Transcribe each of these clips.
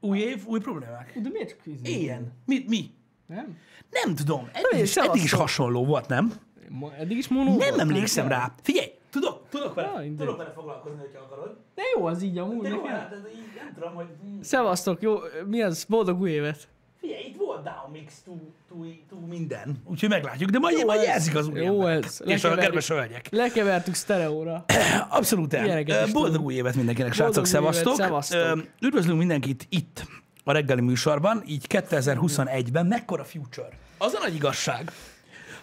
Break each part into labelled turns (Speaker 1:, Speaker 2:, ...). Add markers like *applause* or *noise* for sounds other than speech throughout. Speaker 1: Új év, új problémák.
Speaker 2: De miért kvízni?
Speaker 1: Ilyen. Mi? mi?
Speaker 2: Nem?
Speaker 1: Nem tudom. Eddig,
Speaker 2: én
Speaker 1: is,
Speaker 2: sem
Speaker 1: eddig
Speaker 2: azt
Speaker 1: is
Speaker 2: tudom.
Speaker 1: hasonló volt, nem?
Speaker 2: Mo- Eddig is
Speaker 1: Nem
Speaker 2: monó volt?
Speaker 1: emlékszem rá. Figyelj, tudok, tudok
Speaker 2: hát Na,
Speaker 1: vele,
Speaker 2: mindegy.
Speaker 1: tudok vele foglalkozni, hogyha akarod.
Speaker 2: De jó az így amúgy.
Speaker 1: De jó,
Speaker 2: nekem.
Speaker 1: hát ez így, nem tudom, hogy... hm.
Speaker 2: Szevasztok, jó, mi az? Boldog új évet!
Speaker 1: Figyelj, itt volt downmix, túl, túl, túl minden. Úgyhogy meglátjuk, de majd, majd
Speaker 2: ez.
Speaker 1: jelzik az új
Speaker 2: Jó
Speaker 1: emberek. És
Speaker 2: ez.
Speaker 1: a
Speaker 2: Lekeverjük.
Speaker 1: kedves hölgyek.
Speaker 2: Lekevertük sztereóra.
Speaker 1: Abszolút el.
Speaker 2: Ilyeneket is
Speaker 1: Ö, Boldog
Speaker 2: tudunk.
Speaker 1: új évet mindenkinek,
Speaker 2: Boldog
Speaker 1: srácok,
Speaker 2: új évet,
Speaker 1: szevasztok.
Speaker 2: szevasztok.
Speaker 1: Ö, Üdvözlünk mindenkit itt a reggeli műsorban, így 2021-ben. Mekkora future? Az a nagy igazság,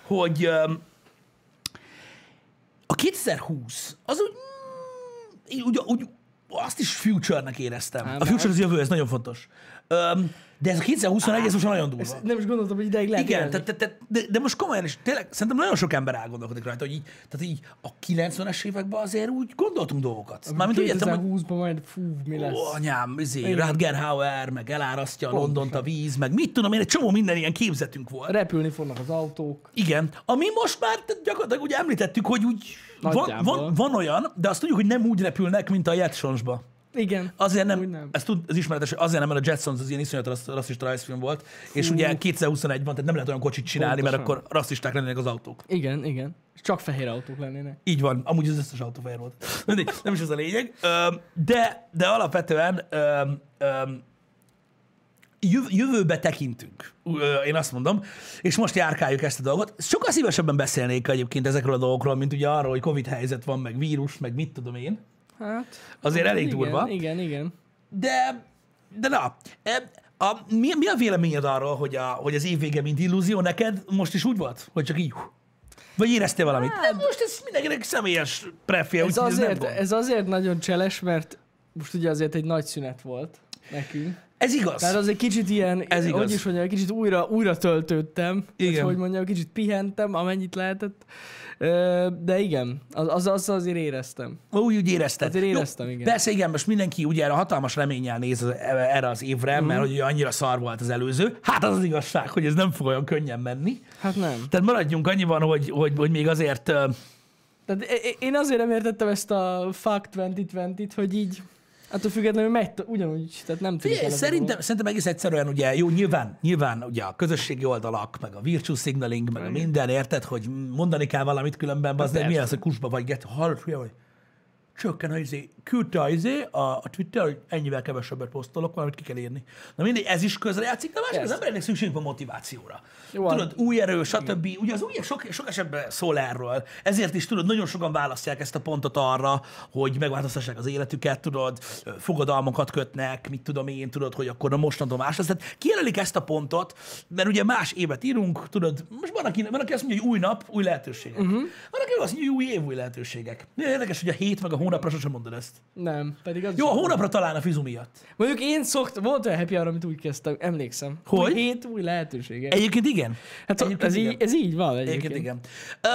Speaker 1: hogy ö, a 2020 az úgy, mm, így úgy, úgy azt is future-nek éreztem.
Speaker 2: Hát,
Speaker 1: A future az jövő, ez nagyon fontos. Ö, De ez a 2021, ez most már nagyon durva.
Speaker 2: Ezt nem is gondoltam, hogy ideig lehet
Speaker 1: Igen,
Speaker 2: élni.
Speaker 1: tehát, tehát, tehát, de, de most komolyan is, tényleg szerintem nagyon sok ember elgondolkodik rajta, hogy így, tehát így a 90-es években azért úgy gondoltunk dolgokat. Mármint úgy értem, hogy
Speaker 2: 2020-ban majd fú, mi lesz.
Speaker 1: ó, anyám, izé,
Speaker 2: Igen.
Speaker 1: Rutger Hauer, meg elárasztja a Londont a víz, meg mit tudom én, egy csomó minden ilyen képzetünk volt.
Speaker 2: Repülni fognak az autók.
Speaker 1: Igen, ami most már tehát gyakorlatilag úgy említettük, hogy úgy van,
Speaker 2: Nagyjából.
Speaker 1: van, van, olyan, de azt tudjuk, hogy nem úgy repülnek, mint a Jetsonsba.
Speaker 2: Igen.
Speaker 1: Azért nem,
Speaker 2: Úgy
Speaker 1: nem.
Speaker 2: nem.
Speaker 1: Ez, tud, ez ismeretes, hogy azért nem, mert a Jetsons az ilyen iszonyat rassz- rasszista rajzfilm volt, és ugye 2021-ban, tehát nem lehet olyan kocsit csinálni, mert
Speaker 2: Pontosan.
Speaker 1: akkor rasszisták lennének az autók.
Speaker 2: Igen, igen. És Csak fehér autók lennének.
Speaker 1: Így van, amúgy az összes autófehér volt. Mindegy, nem is ez a lényeg. Öm, De, de alapvetően öm, öm, jöv- jövőbe tekintünk, Ö, én azt mondom, és most járkáljuk ezt a dolgot. Sokkal szívesebben beszélnék egyébként ezekről a dolgokról, mint ugye arról, hogy Covid helyzet van, meg vírus, meg mit tudom én.
Speaker 2: Hát...
Speaker 1: Azért elég
Speaker 2: igen,
Speaker 1: durva.
Speaker 2: Igen, igen.
Speaker 1: De, de na, e, a, mi, mi a véleményed arról, hogy, a, hogy az év vége mint illúzió neked most is úgy volt? Hogy csak így? hú? Vagy éreztél valamit? Nem, most ez mindenkinek személyes prefje,
Speaker 2: Hát, Ez
Speaker 1: úgyhogy ez, nem
Speaker 2: azért,
Speaker 1: gond.
Speaker 2: ez azért nagyon cseles, mert most ugye azért egy nagy szünet volt nekünk.
Speaker 1: ez igaz.
Speaker 2: Tehát az egy kicsit ilyen,
Speaker 1: Ez igaz.
Speaker 2: hogy is mondjam, egy kicsit újra, újra töltődtem,
Speaker 1: Igen.
Speaker 2: igen. hogy mondjam, kicsit pihentem, amennyit lehetett. Ö, De igen, az, az, az azért éreztem.
Speaker 1: Úgy, úgy érezted.
Speaker 2: Azért
Speaker 1: Jó,
Speaker 2: éreztem, igen.
Speaker 1: Persze, igen, most mindenki ugye erre hatalmas reménnyel néz az- erre az évre,
Speaker 2: Mhm.
Speaker 1: mert hogy ugye annyira szar volt az előző. Hát az az igazság, hogy ez nem fog olyan könnyen menni.
Speaker 2: Hát nem.
Speaker 1: Tehát maradjunk annyiban, hogy, hogy, hogy még azért ö,
Speaker 2: Tehát é- é- én azért nem értettem ezt a fuck 2020-t, hogy így, attól függetlenül megy t- ugyanúgy, tehát nem tűnik
Speaker 1: Figyelj,
Speaker 2: el ez a
Speaker 1: szerintem,
Speaker 2: dolog.
Speaker 1: szerintem egész egyszerűen ugye, jó, nyilván, nyilván ugye a közösségi oldalak, meg a virtue signaling, meg a minden, érted, hogy mondani kell valamit különben, az nem mi
Speaker 2: Hát persze.
Speaker 1: az, hogy kusba vagy, get, hallod, hülye vagy. Csökken a izé, küldte a izé, a, a Twitter, hogy ennyivel kevesebbet posztolok, valamit ki kell írni. Na mindegy, ez is közrejátszik, de másik az
Speaker 2: Persze.
Speaker 1: embernek szükségünk van motivációra.
Speaker 2: Jó, hát
Speaker 1: Tudod, új erő, stb. Ugye az új év sok, sok esetben szól erről. Ezért is tudod, nagyon sokan választják ezt a pontot arra, hogy megváltoztassák az életüket, tudod, fogadalmakat kötnek, mit tudom én, tudod, hogy akkor na mostantól más lesz. Tehát kijelölik ezt a pontot, mert ugye más évet írunk, tudod, most van, aki, van, aki azt mondja, hogy új nap, új lehetőségek. Uh-huh. Van, aki azt mondja, hogy új év, új lehetőségek. Nagyon érdekes, hogy a hét meg a hónapra sosem mondod ezt.
Speaker 2: Nem, pedig az
Speaker 1: Jó, a hónapra talán a fizu miatt.
Speaker 2: Mondjuk én szoktam, volt olyan happy hour, amit úgy kezdtem, emlékszem.
Speaker 1: Hogy?
Speaker 2: Új hét, új lehetősége.
Speaker 1: Egyébként igen.
Speaker 2: hát
Speaker 1: egyébként
Speaker 2: ez,
Speaker 1: igen.
Speaker 2: így, ez így van egyébként.
Speaker 1: Egyébként igen.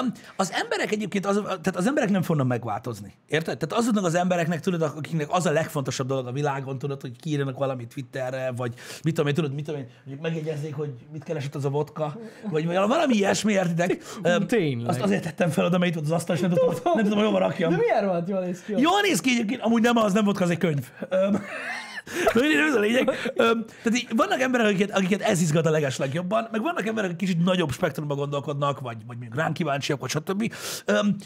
Speaker 1: Öm, az emberek egyébként, az, tehát az emberek nem fognak megváltozni. Érted? Tehát azoknak az embereknek, tudod, akiknek az a legfontosabb dolog a világon, tudod, hogy kiírjanak valamit Twitterre, vagy mit tudom én, tudod, mit tudom én, hogy megjegyezzék, hogy mit keresett az a vodka, vagy valami ilyesmi, értitek? Öm,
Speaker 2: Tényleg.
Speaker 1: Azt azért tettem fel oda, mert itt volt az asztal, és nem tudom, nem tudom, hova rakjam.
Speaker 2: De milyen rohadt jól néz ki? az?
Speaker 1: Jól néz ki egyébként, amúgy nem az, nem vodka, az egy könyv. Öm, *laughs* Na, mindegy, nem ez a lényeg. Öm, tehát így, vannak emberek, akiket, akiket ez izgat a legeslegjobban, meg vannak emberek, akik kicsit nagyobb spektrumba gondolkodnak, vagy, vagy mondjuk ránk kíváncsiak, vagy stb. Öm,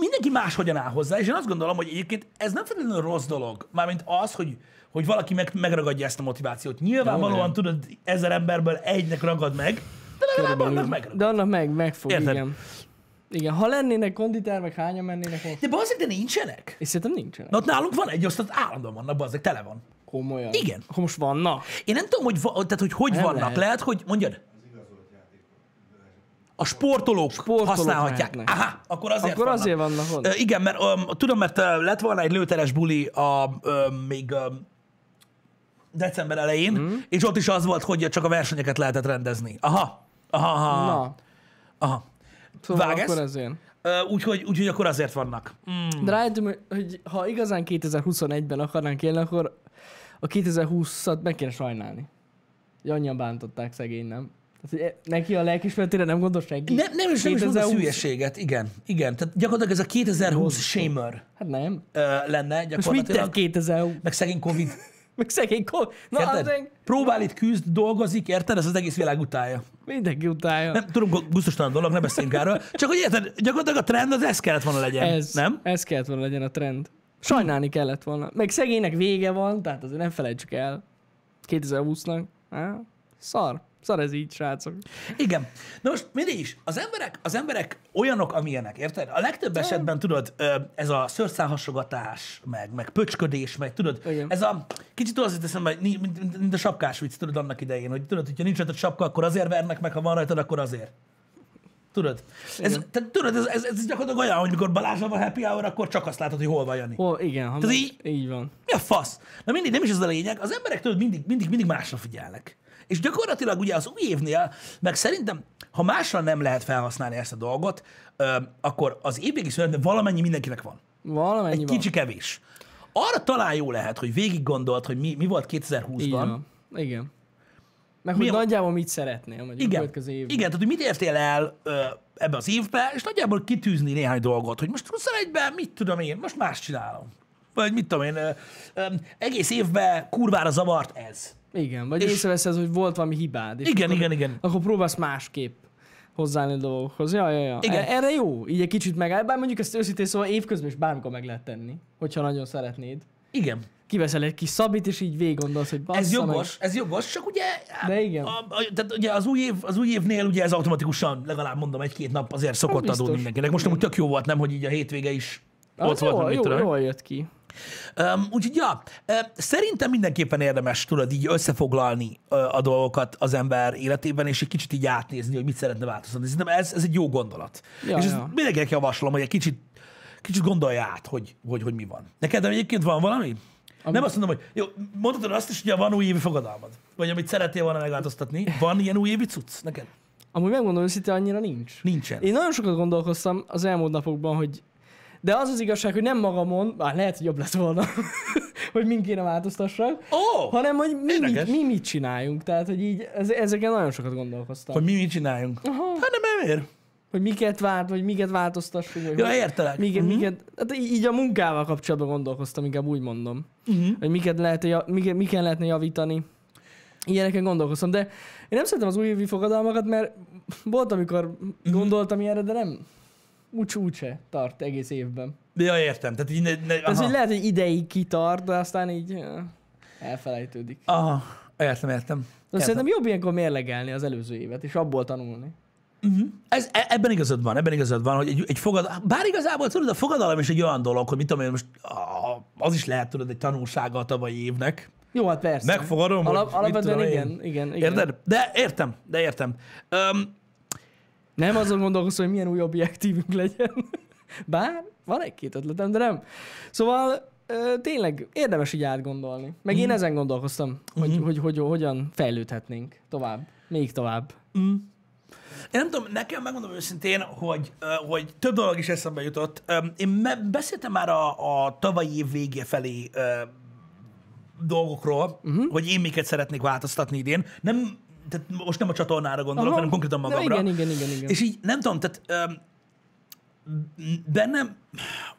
Speaker 1: mindenki máshogyan áll hozzá, és én azt gondolom, hogy egyébként ez nem feltétlenül rossz dolog, mármint az, hogy, hogy valaki meg, megragadja ezt a motivációt. Nyilvánvalóan,
Speaker 2: nem.
Speaker 1: tudod, ezer emberből egynek ragad meg, de legalább
Speaker 2: Körülbelül.
Speaker 1: annak megragad.
Speaker 2: De annak meg, meg fog,
Speaker 1: Érted?
Speaker 2: igen. Igen, ha lennének konditermek, hányan mennének most?
Speaker 1: De bazzeg, de nincsenek.
Speaker 2: És szerintem nincsenek.
Speaker 1: Na ott nálunk van egy osztat, állandóan vannak, bazzeg, tele van.
Speaker 2: Komolyan.
Speaker 1: Igen.
Speaker 2: Akkor most vannak.
Speaker 1: Én nem tudom, hogy, va, tehát, hogy, hogy
Speaker 2: Nem
Speaker 1: vannak. Lehet.
Speaker 2: lehet.
Speaker 1: lehet, hogy mondjad. A sportolók, sportolók
Speaker 2: Sportolók
Speaker 1: használhatják.
Speaker 2: mehetnek.
Speaker 1: Aha, akkor azért
Speaker 2: Akkor
Speaker 1: vannak.
Speaker 2: azért vannak ott.
Speaker 1: Ö, igen, mert öm, tudom, mert ö, lett volna egy lőteres buli a, öm, még öm, december elején,
Speaker 2: Mhm.
Speaker 1: és ott is az volt, hogy csak a versenyeket lehetett rendezni. Aha, aha, aha.
Speaker 2: Na.
Speaker 1: aha.
Speaker 2: Szóval
Speaker 1: Vág ezt?
Speaker 2: akkor ezért.
Speaker 1: Ö, Úgyhogy úgy, akkor azért vannak. Mm.
Speaker 2: De rájöttem, hogy- hogy ha igazán 2021-ben akarnánk élni, akkor a 2020-at meg kéne sajnálni. Hogy annyian bántották szegény, nem? Tehát, hogy e- neki a lelkismeretére nem gondol senki.
Speaker 1: Nem, nem is, nem is mondom
Speaker 2: 2020
Speaker 1: hülyeséget, igen, igen. Tehát gyakorlatilag ez a 2020 shamer
Speaker 2: Hát nem.
Speaker 1: ö, lenne
Speaker 2: Most mit tett
Speaker 1: gyakorlatilag.
Speaker 2: 2020?
Speaker 1: meg szegény Covid.
Speaker 2: Meg szegény ko... Na,
Speaker 1: Érted?
Speaker 2: az én...
Speaker 1: Próbál itt küzd, dolgozik, érted? Ez az egész világ utálja.
Speaker 2: Mindenki utálja.
Speaker 1: Nem tudom, gu- gusztustalan dolog, ne beszéljünk erről. Csak hogy érted, gyakorlatilag a trend az ez kellett volna legyen,
Speaker 2: Ez,
Speaker 1: nem? Hm.
Speaker 2: ez kellett volna legyen a trend. Sajnálni kellett volna. Meg szegénynek vége van, tehát azért nem felejtsük el. 2020-nak. Há? Szar. Szar ez így, srácok.
Speaker 1: Igen. Na most mindig is, az emberek, az emberek olyanok, amilyenek, érted? A legtöbb esetben, tudod, ö, ez a szőrszálhasogatás, meg, meg pöcsködés, meg tudod,
Speaker 2: Igen.
Speaker 1: ez a kicsit az jut eszembe, hogy ni- mint, mint, mint, a sapkás vicc, tudod, annak idején, hogy tudod, hogyha nincs rajtad sapka, akkor azért vernek meg, ha van rajtad, akkor azért. Tudod? Ez, te, tudod, ez, ez, ez, gyakorlatilag olyan, hogy mikor Balázsra van happy hour, akkor csak azt látod, hogy hol van Jani.
Speaker 2: Hol, igen, ha
Speaker 1: Tehát
Speaker 2: meg-
Speaker 1: így-
Speaker 2: így van.
Speaker 1: Mi a fasz? Na mindig, nem is ez a lényeg. Az emberek tudod, mindig, mindig, mindig másra figyelnek. És gyakorlatilag ugye az új évnél, meg szerintem, ha másra nem lehet felhasználni ezt a dolgot, ö, akkor az évvégi szünetben valamennyi mindenkinek van.
Speaker 2: Valamennyi
Speaker 1: Egy kicsi kevés. Arra talán jó lehet, hogy végig gondolt, hogy mi, mi volt
Speaker 2: van. Így
Speaker 1: 2020-ban.
Speaker 2: van. Igen. Meg hogy
Speaker 1: Mi a-
Speaker 2: nagyjából mit szeretnél mondjuk a
Speaker 1: Igen,
Speaker 2: következő évben.
Speaker 1: igen, tehát hogy mit értél el ö, ebbe az évbe, és nagyjából kitűzni néhány dolgot, hogy most 21-ben mit tudom én, most más csinálom. Vagy mit tudom én, ö, ö, egész évben kurvára zavart ez.
Speaker 2: Igen, vagy
Speaker 1: És-
Speaker 2: észreveszed, hogy volt valami hibád. És
Speaker 1: Igen,
Speaker 2: akkor,
Speaker 1: igen, igen.
Speaker 2: Akkor próbálsz másképp hozzáállni a dolgokhoz. Ja, ja, ja.
Speaker 1: Igen.
Speaker 2: Igen. Erre jó, így egy kicsit megáll. Bár mondjuk ezt őszintén szóval évközben is bármikor meg lehet tenni, hogyha nagyon szeretnéd.
Speaker 1: Igen.
Speaker 2: Kiveszel egy kis szabit, és így végig gondolsz, hogy bassza
Speaker 1: Ez
Speaker 2: meg.
Speaker 1: jogos, ez jogos, csak ugye... hát
Speaker 2: De igen.
Speaker 1: A, a, tehát ugye az új, év, az új évnél ugye ez automatikusan legalább mondom egy-két nap azért szokott
Speaker 2: biztos.
Speaker 1: adódni mindenkinek. Most amúgy tök jó volt, nem, hogy így a hétvége is
Speaker 2: Az
Speaker 1: ott volt,
Speaker 2: jól,
Speaker 1: meg mit
Speaker 2: jól,
Speaker 1: tudom.
Speaker 2: jól jött ki.
Speaker 1: Öm, úgyhogy, ja, ö, szerintem mindenképpen érdemes, tudod, így összefoglalni ö, a dolgokat az ember életében, és egy kicsit így átnézni, hogy mit szeretne változtatni. Szerintem ez, ez egy jó gondolat.
Speaker 2: Ja,
Speaker 1: és ezt
Speaker 2: ja.
Speaker 1: mindenkinek javaslom, hogy egy kicsit, kicsit gondolja át, hogy, hogy, hogy mi van. Neked egyébként van valami? Ami... Nem azt mondom, hogy jó, mondhatod azt is, hogy van újévi fogadalmad, vagy amit szeretél volna megváltoztatni. Van ilyen újévi cucc neked?
Speaker 2: Amúgy megmondom őszintén, annyira nincs.
Speaker 1: Nincsen.
Speaker 2: Én nagyon sokat gondolkoztam az elmúlt napokban, hogy de az az igazság, hogy nem magamon, bár lehet, hogy jobb lett volna, *laughs* hogy mind kéne változtassak,
Speaker 1: Ó! Oh,
Speaker 2: hanem hogy mi,
Speaker 1: Érdekes.
Speaker 2: mit, mi mit csináljunk. Tehát, hogy így ez, ezeken nagyon sokat gondolkoztam.
Speaker 1: Hogy
Speaker 2: Hogy,
Speaker 1: mi mit csináljunk?
Speaker 2: Aha,
Speaker 1: Hát nem, miért?
Speaker 2: hogy miket vált, vagy miket változtassunk. Vagy
Speaker 1: Ja,
Speaker 2: hogy-
Speaker 1: értelek. Mhm.
Speaker 2: Miket, miket, hát í- így a munkával kapcsolatban gondolkoztam, inkább úgy mondom.
Speaker 1: Mhm.
Speaker 2: Hogy miket, lehet, ja- miket, miken lehetne javítani. Ilyeneken gondolkoztam, de én nem szeretem az újévi fogadalmakat, mert volt, amikor
Speaker 1: Mhm.
Speaker 2: gondoltam ilyenre, de nem úgy úgyse tart egész évben.
Speaker 1: Ja, értem. Tehát így ne, ne,
Speaker 2: Ez
Speaker 1: aha.
Speaker 2: hogy lehet, hogy ideig kitart, de aztán így eh, elfelejtődik.
Speaker 1: Aha, értem, értem.
Speaker 2: De
Speaker 1: Értem.
Speaker 2: szerintem jobb ilyenkor mérlegelni az előző évet, és abból tanulni.
Speaker 1: Ez, e- ebben igazad van, ebben igazad van, hogy egy, egy fogadalom, bár igazából tudod, a fogadalom is egy olyan dolog, hogy mit tudom én, most a- az is lehet tudod egy tanulsága a tavalyi évnek.
Speaker 2: Jó, hát persze.
Speaker 1: Megfogadom, hogy
Speaker 2: Alap,
Speaker 1: mit
Speaker 2: alapvetően
Speaker 1: tudom én.
Speaker 2: igen, igen, igen.
Speaker 1: Érted? De értem, de értem. Öm,
Speaker 2: Nem azon gondolkozom, hogy milyen új objektívünk legyen. *laughs* Bár van egy-két ötletem, de nem. Szóval ö, tényleg érdemes így átgondolni. Meg
Speaker 1: Mhm.
Speaker 2: én ezen gondolkoztam, hogy, hogy, hogy, hogyan fejlődhetnénk tovább, még tovább.
Speaker 1: Én nem tudom, nekem megmondom őszintén, hogy, ö, hogy több dolog is eszembe jutott. Öm, Én me- beszéltem már a, a tavalyi év végé felé ö, dolgokról,
Speaker 2: Mhm.
Speaker 1: uh-huh. hogy én miket szeretnék változtatni idén. Nem, tehát most nem a csatornára gondolok,
Speaker 2: Aha.
Speaker 1: hanem konkrétan
Speaker 2: Na,
Speaker 1: magamra.
Speaker 2: igen, igen, igen, igen.
Speaker 1: És így nem tudom, tehát öm, bennem,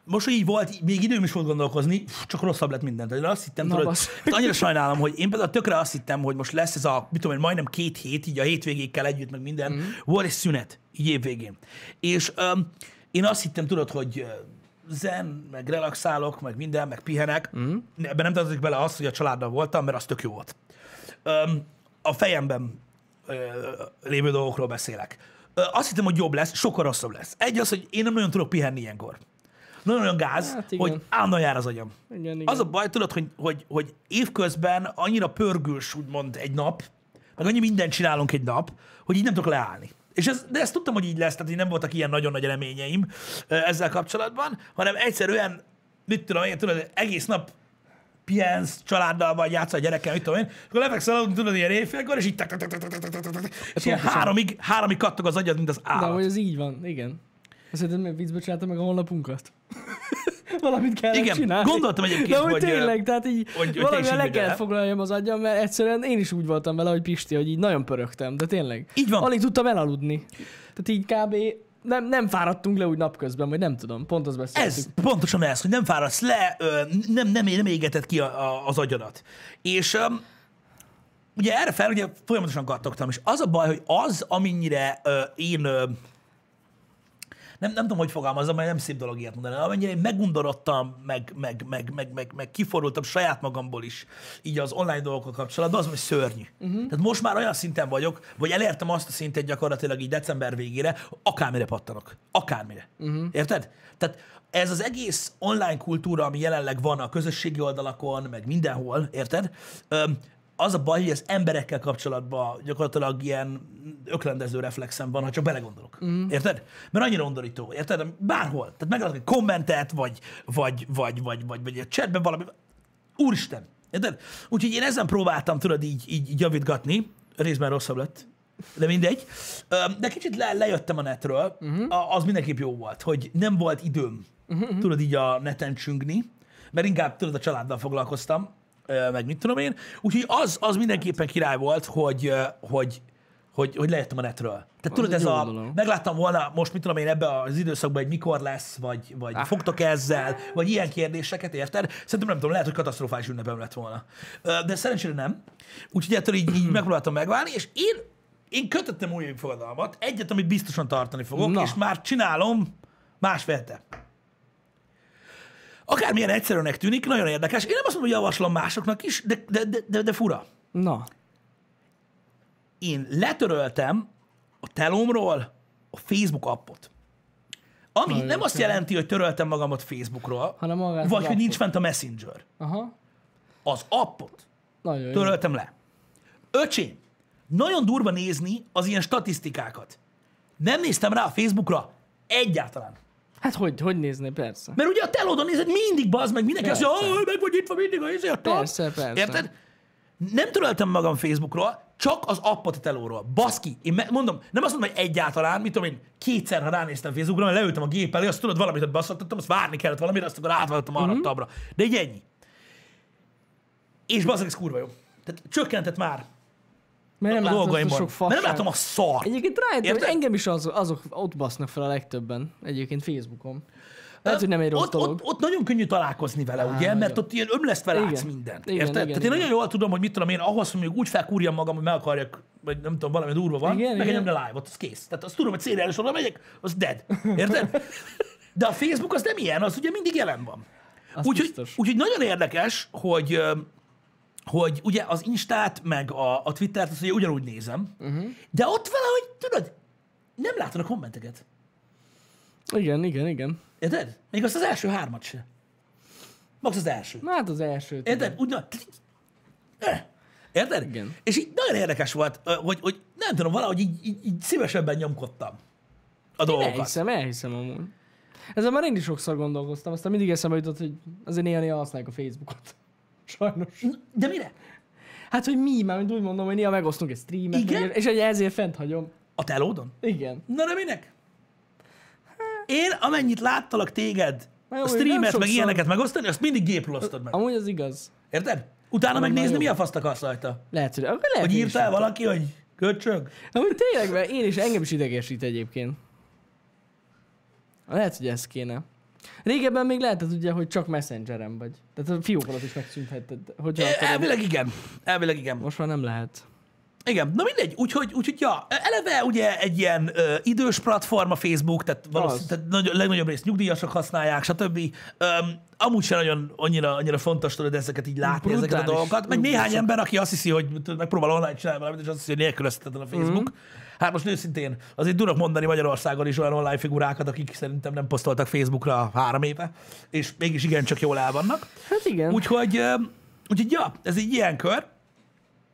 Speaker 1: most, hogy így volt, így még időm is volt gondolkozni, pff, csak rosszabb lett minden. Tehát én azt hittem,
Speaker 2: Na,
Speaker 1: tudod,
Speaker 2: basz.
Speaker 1: Hát annyira sajnálom, hogy én például tökre azt hittem, hogy most lesz ez a, mit tudom én, majdnem két hét, így a hétvégékkel együtt, meg minden,
Speaker 2: Mhm.
Speaker 1: mm. volt egy szünet, így évvégén. És öm, én azt hittem, tudod, hogy ö, zen, meg relaxálok, meg minden, meg pihenek.
Speaker 2: Mhm.
Speaker 1: Mm. Ebben nem tartozik bele az, hogy a családdal voltam, mert az tök jó volt. Öm, a fejemben ö, lévő dolgokról beszélek. Ö, azt hittem, hogy jobb lesz, sokkal rosszabb lesz. Egy az, hogy én nem nagyon tudok pihenni ilyenkor. Nagyon-nagyon gáz,
Speaker 2: Hát
Speaker 1: hát
Speaker 2: igen.
Speaker 1: hogy állandóan jár az agyam.
Speaker 2: igen, igen.
Speaker 1: Az a baj, tudod, hogy, hogy, hogy évközben annyira pörgős, úgymond egy nap, meg annyi mindent csinálunk egy nap, hogy így nem tudok leállni. És ez, de ezt tudtam, hogy így lesz, tehát így nem voltak ilyen nagyon nagy reményeim ö, ezzel kapcsolatban, hanem egyszerűen, mit tudom én, tudod, egész nap pihensz, családdal vagy játszol a gyerekkel, mit tudom én, és akkor lefekszel aludni, tudod, ilyen éjfélkor, és így tak, tak, tak, tak, tak, tak, tak, tak, tak, és ilyen
Speaker 2: pontosan.
Speaker 1: háromig, háromig kattog az agyad, mint az
Speaker 2: De
Speaker 1: állat.
Speaker 2: hogy ez így van, igen. Azt hiszem, hogy viccbe csinálta meg a honlapunkat. *laughs* Valamit kellett
Speaker 1: Igen,
Speaker 2: csinálni.
Speaker 1: gondoltam egyébként,
Speaker 2: De hogy,
Speaker 1: hogy, ö,
Speaker 2: tényleg, tehát így
Speaker 1: hogy- hogy
Speaker 2: hogy,
Speaker 1: te
Speaker 2: valami
Speaker 1: is így
Speaker 2: le
Speaker 1: vagy
Speaker 2: kellett
Speaker 1: vele.
Speaker 2: foglaljam az agyam, mert egyszerűen én is úgy voltam vele, hogy Pisti, hogy így nagyon pörögtem, de tényleg.
Speaker 1: Így van.
Speaker 2: Alig tudtam elaludni. Tehát így kb. nem, nem fáradtunk le úgy napközben, vagy nem tudom, pont az beszéltük.
Speaker 1: Ez, pontosan ez, hogy nem fáradsz le, ö, nem, nem, nem égeted ki a, a, az agyadat. És öm, ugye erre fel, ugye folyamatosan kattogtam, és az a baj, hogy az, amennyire ö, én ö, nem, nem tudom, hogy fogalmazom, mert nem szép dolog ilyet mondani, de amennyire én megundorodtam, meg, meg, meg, meg, meg, meg kiforultam saját magamból is, így az online dolgokkal kapcsolatban, az most szörnyű. Uh-huh. Tehát most már olyan szinten vagyok, vagy elértem azt a szintet gyakorlatilag így december végére, akármire pattanok. Akármire. Uh-huh. Érted? Tehát ez az egész online kultúra, ami jelenleg van a közösségi oldalakon, meg mindenhol, érted? Öm, az a baj, hogy az emberekkel kapcsolatban gyakorlatilag ilyen öklendező reflexem van, ha csak belegondolok. Mm. Érted? Mert annyira undorító, érted? Bárhol. Tehát meglátok egy kommentet, vagy, vagy, vagy, vagy, vagy, vagy a chatben valami. Úristen. Érted? Úgyhogy én ezen próbáltam, tudod, így, így, így javítgatni. Részben rosszabb lett. De mindegy. Öm, De kicsit le, lejöttem a netről.
Speaker 2: Mhm.
Speaker 1: Uh-huh. Az mindenképp jó volt, hogy nem volt időm, uh-huh. tudod, így a neten csüngni, mert inkább, tudod, a családdal foglalkoztam, ö, meg mit tudom én. Úgyhogy az, az mindenképpen király volt, hogy, ö, hogy, hogy, hogy lejöttem a netről. Tehát tudod,
Speaker 2: egy
Speaker 1: ez
Speaker 2: jó
Speaker 1: a,
Speaker 2: dolog.
Speaker 1: megláttam volna most, mit tudom én, ebbe az időszakban, hogy mikor lesz, vagy, vagy ah. fogtok ezzel, vagy ilyen kérdéseket, érted? Szerintem nem tudom, lehet, hogy katasztrofális ünnepem lett volna. Ö, De szerencsére nem. Úgyhogy ettől így, így megpróbáltam megválni, és én, én kötöttem új fogadalmat, egyet, amit biztosan tartani fogok,
Speaker 2: Na.
Speaker 1: és már csinálom másfél hete. Akármilyen egyszerűnek tűnik, nagyon érdekes. Én nem azt mondom, hogy javaslom másoknak is, de, de, de, de, de fura
Speaker 2: Na,
Speaker 1: én letöröltem a telomról a Facebook appot. Ami
Speaker 2: Na, jó,
Speaker 1: nem azt
Speaker 2: tényleg.
Speaker 1: jelenti, hogy töröltem magamat Facebookról,
Speaker 2: Hanem magát az
Speaker 1: vagy hogy nincs
Speaker 2: appot.
Speaker 1: fent a Messenger.
Speaker 2: aha,
Speaker 1: Az appot
Speaker 2: nagyon jó.
Speaker 1: töröltem le. Öcsém, nagyon durva nézni az ilyen statisztikákat. Nem néztem rá a Facebookra egyáltalán.
Speaker 2: Hát hogy, hogy nézni, persze.
Speaker 1: Mert ugye a telódon nézed mindig bazd meg, mindenki azt
Speaker 2: Persze.
Speaker 1: mondja, "Ó, meg vagy itt van mindig a izé, a tag."
Speaker 2: Persze, persze.
Speaker 1: Érted? Nem töröltem magam Facebookról, csak az appot a telóról. Baszki, én me- mondom, nem azt mondom, hogy egyáltalán, mit tudom én, kétszer, ha ránéztem Facebookra, mert leültem a gép elé, azt tudod, valamit ott baszattam, azt várni kellett valamire, azt akkor átváltottam
Speaker 2: Mhm.
Speaker 1: arra uh-huh. tabra. De így ennyi. És bazdmeg, ez kurva jó. Tehát csökkentett már
Speaker 2: Mert nem
Speaker 1: a
Speaker 2: látod azt a
Speaker 1: dolgaimból.
Speaker 2: sok
Speaker 1: Mert nem
Speaker 2: fasság.
Speaker 1: látom a szart.
Speaker 2: Egyébként rájöttem, hogy
Speaker 1: Érted?
Speaker 2: engem is az, azok ott basznak fel a legtöbben. Egyébként Facebookon. Lehet, hogy nem egy rossz
Speaker 1: ott,
Speaker 2: dolog.
Speaker 1: ott, ott nagyon könnyű találkozni vele, ugye?
Speaker 2: nagyon.
Speaker 1: Mert ott ilyen ömlesztve látsz
Speaker 2: Igen.
Speaker 1: mindent.
Speaker 2: Igen,
Speaker 1: Érted?
Speaker 2: igen,
Speaker 1: Tehát én
Speaker 2: igen.
Speaker 1: nagyon jól tudom, hogy mit tudom én, ahhoz, hogy még úgy felkúrjam magam, hogy meg akarjak, vagy nem tudom, valami durva van,
Speaker 2: Igen,
Speaker 1: igen, megegyem le
Speaker 2: igen.
Speaker 1: live-ot, az kész. Tehát azt tudom, hogy célra elősorra megyek, az dead.
Speaker 2: *laughs*
Speaker 1: Érted? De a Facebook az nem ilyen, az ugye mindig jelen van.
Speaker 2: Az
Speaker 1: Úgyhogy
Speaker 2: biztos.
Speaker 1: úgy, nagyon érdekes, hogy ö, hogy ugye az Instát, meg a, a Twittert, azt ugye ugyanúgy nézem,
Speaker 2: Mhm.
Speaker 1: uh-huh. de ott valahogy, tudod, nem látod a kommenteket.
Speaker 2: Igen, igen, igen.
Speaker 1: Érted? Még azt az első hármat se. Max az első.
Speaker 2: Na hát az első.
Speaker 1: Érted? Úgy, na- Eh. Érted?
Speaker 2: Igen.
Speaker 1: És így nagyon érdekes volt, ö, hogy, hogy nem tudom, valahogy így, így, így szívesebben nyomkodtam a dolgokat.
Speaker 2: Elhiszem, elhiszem amúgy. Ezzel már én is sokszor gondolkoztam, aztán mindig eszembe jutott, hogy azért néha-néha használjuk a Facebookot. *laughs* Sajnos.
Speaker 1: De mire?
Speaker 2: Hát, hogy mi, már úgy mondom, hogy néha megosztunk egy streamet,
Speaker 1: Igen?
Speaker 2: meg- és hogy ezért fent hagyom.
Speaker 1: A telódon?
Speaker 2: Igen.
Speaker 1: Na de minek? Én amennyit láttalak téged
Speaker 2: Na jó,
Speaker 1: a
Speaker 2: hogy nem
Speaker 1: streamet, meg
Speaker 2: sokszor.
Speaker 1: ilyeneket megosztani, azt mindig gépről osztod meg.
Speaker 2: Amúgy az igaz.
Speaker 1: Érted? Utána megnézni,
Speaker 2: nagyon
Speaker 1: mi a faszt akarsz rajta.
Speaker 2: Lehet, hogy akkor lehet,
Speaker 1: Hogy
Speaker 2: én is
Speaker 1: írtál valaki, hogy köcsög?
Speaker 2: Amúgy tényleg, mert én is, engem is idegesít egyébként. Lehet, hogy ez kéne. Régebben még lehetett ugye, hogy csak messengeren vagy. Tehát a fiókolat is megszüntetted. Hogyha
Speaker 1: Eh,
Speaker 2: akarod.
Speaker 1: Elvileg igen. Elvileg igen.
Speaker 2: Most már nem lehet.
Speaker 1: Igen, na mindegy, úgyhogy, úgyhogy ja, eleve ugye egy ilyen ö, idős platform a Facebook, tehát valószínűleg nagy, legnagyobb részt nyugdíjasok használják, stb. Öm, amúgy sem nagyon annyira, annyira fontos tudod ezeket így látni, Brutális. ezeket a
Speaker 2: Brutális.
Speaker 1: dolgokat. Meg
Speaker 2: Brutális.
Speaker 1: néhány ember, aki azt hiszi, hogy tudod, megpróbál online csinálni valamit, és azt hiszi, hogy nélkülözhetetlen a
Speaker 2: Mhm.
Speaker 1: Facebook. Hát most őszintén, azért tudok mondani Magyarországon is olyan online figurákat, akik szerintem nem posztoltak Facebookra három éve, és mégis igencsak jól el vannak.
Speaker 2: Hát igen. Úgy,
Speaker 1: Úgyhogy, ö, úgyhogy ja, ez egy ilyen kör.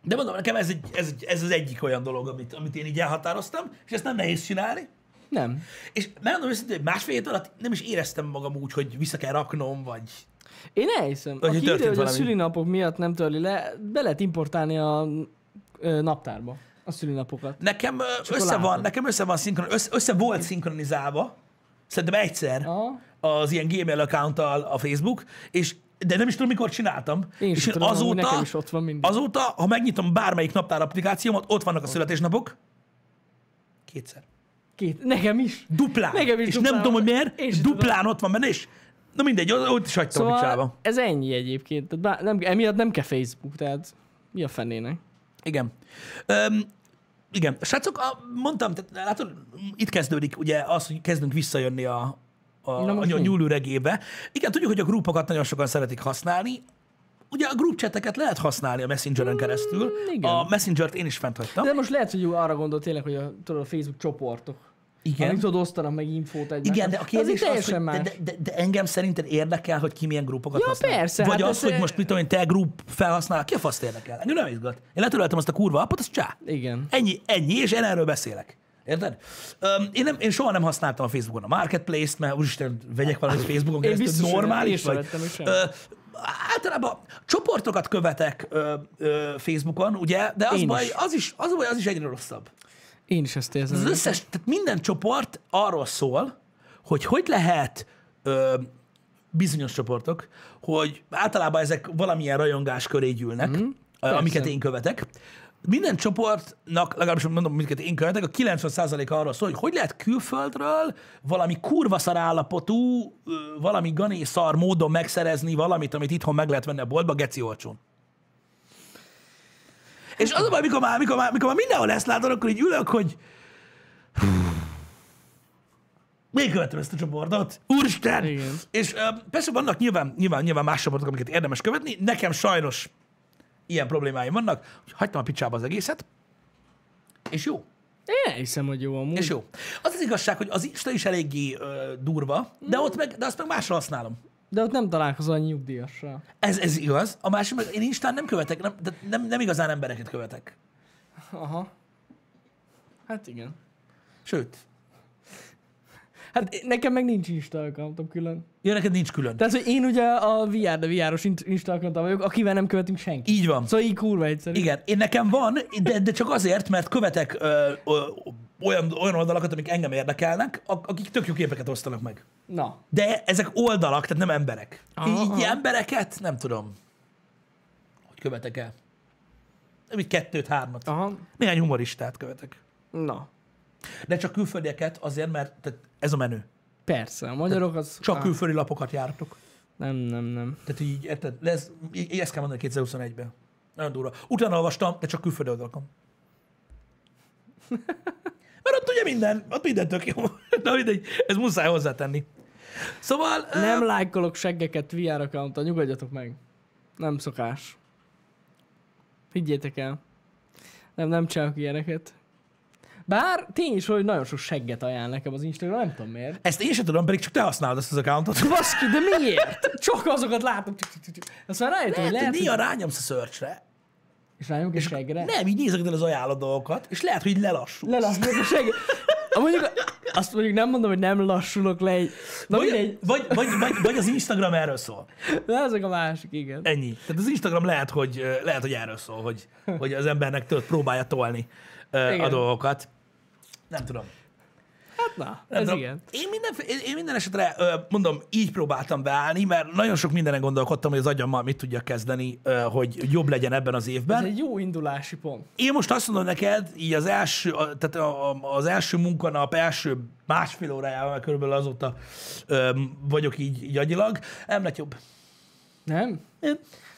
Speaker 1: De mondom, nekem ez, egy, ez, egy, ez az egyik olyan dolog, amit, amit én így elhatároztam, és ezt nem nehéz csinálni.
Speaker 2: nem.
Speaker 1: És megmondom őszintén, hogy másfél hét alatt nem is éreztem magam úgy, hogy vissza kell raknom, vagy...
Speaker 2: Én elhiszem.
Speaker 1: Vagy hogy
Speaker 2: Aki írja,
Speaker 1: történt
Speaker 2: hogy a
Speaker 1: valami.
Speaker 2: szülinapok miatt nem törli le, be lehet importálni a ö, naptárba a szülinapokat.
Speaker 1: Nekem ö, össze van,
Speaker 2: látod.
Speaker 1: nekem össze van szinkron, össze, össze volt szinkronizálva, szerintem egyszer
Speaker 2: Aha.
Speaker 1: az ilyen Gmail account a Facebook, és de nem is tudom, mikor csináltam.
Speaker 2: Én
Speaker 1: és
Speaker 2: és
Speaker 1: én
Speaker 2: tudom, azóta,
Speaker 1: azóta,
Speaker 2: nekem is ott van mindig.
Speaker 1: azóta, ha megnyitom bármelyik naptár applikációmat, ott vannak a születésnapok. Kétszer.
Speaker 2: Két. Nekem is.
Speaker 1: Duplán.
Speaker 2: Nekem is
Speaker 1: és
Speaker 2: duplán
Speaker 1: nem tudom, hogy
Speaker 2: van.
Speaker 1: miért,
Speaker 2: Én sem
Speaker 1: duplán ott van benne, és na mindegy, ott is hagytam a picsába.
Speaker 2: Szóval ez ennyi egyébként. Tehát bár, nem, emiatt nem kell Facebook, tehát mi a fenének?
Speaker 1: Igen. Öm, igen. Srácok, a, mondtam, tehát, látod, itt kezdődik ugye az, hogy kezdünk visszajönni a, a,
Speaker 2: Na
Speaker 1: a,
Speaker 2: most
Speaker 1: a
Speaker 2: mi?
Speaker 1: nyúlőregébe. Igen, tudjuk, hogy a groupokat nagyon sokan szeretik használni. Ugye a group chateket lehet használni a Messengeren keresztül.
Speaker 2: Mm, igen.
Speaker 1: a Messengert én is fennhagytam.
Speaker 2: De most lehet, hogy jó arra gondol tényleg, hogy a, tudod, a Facebook csoportok.
Speaker 1: Igen.
Speaker 2: Amik tudod, osztanak meg infót egymásnak.
Speaker 1: Igen, de a kérdés az,
Speaker 2: teljesen
Speaker 1: hogy
Speaker 2: más.
Speaker 1: de, de, de, de engem szerinted érdekel, hogy ki milyen grupokat
Speaker 2: Ja,
Speaker 1: használ.
Speaker 2: persze,
Speaker 1: Vagy
Speaker 2: hát
Speaker 1: az,
Speaker 2: ez-
Speaker 1: hogy most mit tudom én, te grup felhasznál, ki a faszt érdekel? Engem nem izgat. Én letöröltem azt a kurva appot, az csá.
Speaker 2: Igen.
Speaker 1: Ennyi, ennyi, és én erről beszélek. Érted? Öm, én, nem, én soha nem használtam a Facebookon a Marketplace-t, mert úristen, vegyek valamit Facebookon
Speaker 2: Én
Speaker 1: keresztül,
Speaker 2: biztos, hogy én
Speaker 1: normális
Speaker 2: sem
Speaker 1: vagy.
Speaker 2: vettem is sem.
Speaker 1: Ö, általában csoportokat követek ö, ö, Facebookon, ugye, de az,
Speaker 2: Én
Speaker 1: baj,
Speaker 2: is.
Speaker 1: az, is, az a baj, az is egyre rosszabb.
Speaker 2: Én is ezt érzem.
Speaker 1: Az összes, tehát minden csoport arról szól, hogy hogy lehet ö, bizonyos csoportok, hogy általában ezek valamilyen rajongás köré gyűlnek, mm, amiket én követek. Minden csoportnak, legalábbis mondom, amiket én követek, a 90%-a arról szól, hogy hogy lehet külföldről valami kurva szar állapotú, ö, valami gané szar módon megszerezni valamit, amit itthon meg lehet venni a boltba, geci olcsón. És az a baj, mikor már, mikor már, mikor már mindenhol ezt látod, akkor így ülök, hogy még követem ezt a csoportot. Úristen!
Speaker 2: Igen.
Speaker 1: És ö, persze vannak nyilván, nyilván, nyilván más csoportok, amiket érdemes követni. Nekem sajnos ilyen problémáim vannak, hogy hagytam a picsába az egészet, és jó.
Speaker 2: Én hiszem, hogy jó amúgy.
Speaker 1: És jó. Az az igazság, hogy az Insta is eléggé ö, durva, de ott meg, de azt meg másra használom.
Speaker 2: De ott nem találkozol a nyugdíjassal.
Speaker 1: Ez, ez igaz. A másik meg, én Instán nem követek, nem, de nem, nem igazán embereket követek.
Speaker 2: Aha. Hát igen.
Speaker 1: Sőt,
Speaker 2: Hát én- nekem meg nincs Insta accountom külön.
Speaker 1: ja, neked nincs külön.
Speaker 2: Tehát, hogy én ugye a VR, de VR-os in- Insta accountom vagyok, akivel nem követünk senkit.
Speaker 1: Így van.
Speaker 2: Szóval így kurva egyszerű.
Speaker 1: Igen, én nekem van, de, de csak azért, mert követek ö, ö, olyan, olyan oldalakat, amik engem érdekelnek, ak- akik tök jó képeket osztanak meg.
Speaker 2: Na.
Speaker 1: De ezek oldalak, tehát nem emberek.
Speaker 2: Aha.
Speaker 1: Így embereket nem tudom, hogy követek el. Nem így kettőt, hármat.
Speaker 2: Aha.
Speaker 1: Néhány humoristát követek.
Speaker 2: Na.
Speaker 1: De csak külföldieket azért, mert tehát ez a menő.
Speaker 2: Persze, a magyarok az...
Speaker 1: Csak
Speaker 2: Á,
Speaker 1: külföldi lapokat jártok.
Speaker 2: Nem, nem, nem.
Speaker 1: Tehát így, érted? Lesz, í- í- ezt kell mondani 2021-ben. Nagyon durva. Utána olvastam, de csak külföldi
Speaker 2: *laughs*
Speaker 1: oldalakon. Mert ott ugye minden, ott minden tök jó. *laughs* Na mindegy, ez muszáj hozzátenni. Szóval... ö,
Speaker 2: Nem lájkolok seggeket VR accounttal, nyugodjatok meg. Nem szokás. Higgyétek el. Nem, nem csinálok ilyeneket. Bár tény is, hogy nagyon sok segget ajánl nekem az Instagram, nem tudom miért.
Speaker 1: Ezt én sem tudom, pedig csak te használod ezt az accountot. *laughs*
Speaker 2: Baszki, de miért? Csak azokat látom. Csak, csak, csak, csak. Azt már rájöttem, hogy
Speaker 1: Lehet, hogy
Speaker 2: lehet, hogy...
Speaker 1: néha rányomsz a search-re.
Speaker 2: És rájunk a seggre?
Speaker 1: Nem, így nézek el az ajánlott dolgokat, és lehet, hogy lelassul.
Speaker 2: Lelassulok a segg. Ah, Mondjuk, azt mondjuk nem mondom, hogy nem lassulok le egy... Na
Speaker 1: vagy,
Speaker 2: mindegy,
Speaker 1: vagy, vagy, vagy, vagy, az Instagram erről szól.
Speaker 2: de ezek a másik, igen.
Speaker 1: Ennyi. Tehát az Instagram lehet, hogy, ö, lehet, hogy erről szól,
Speaker 2: *laughs*
Speaker 1: hogy, hogy az embernek tudod, próbálja tolni ö, a
Speaker 2: Igen.
Speaker 1: dolgokat. Nem tudom.
Speaker 2: Hát na,
Speaker 1: Nem
Speaker 2: ez
Speaker 1: tudom.
Speaker 2: igen.
Speaker 1: Én minden, én- én minden esetre, ö, mondom, így próbáltam beállni, mert nagyon sok mindenen gondolkodtam, hogy az agyammal mit tudja kezdeni, ö, hogy jobb legyen ebben az évben.
Speaker 2: Ez egy jó indulási pont.
Speaker 1: Én most azt mondom neked, így az első, a- tehát a- a- az első munkanap első másfél órájával, mert körülbelül azóta öm, vagyok így, így agyilag, nem lett jobb.
Speaker 2: Nem?
Speaker 1: Nem,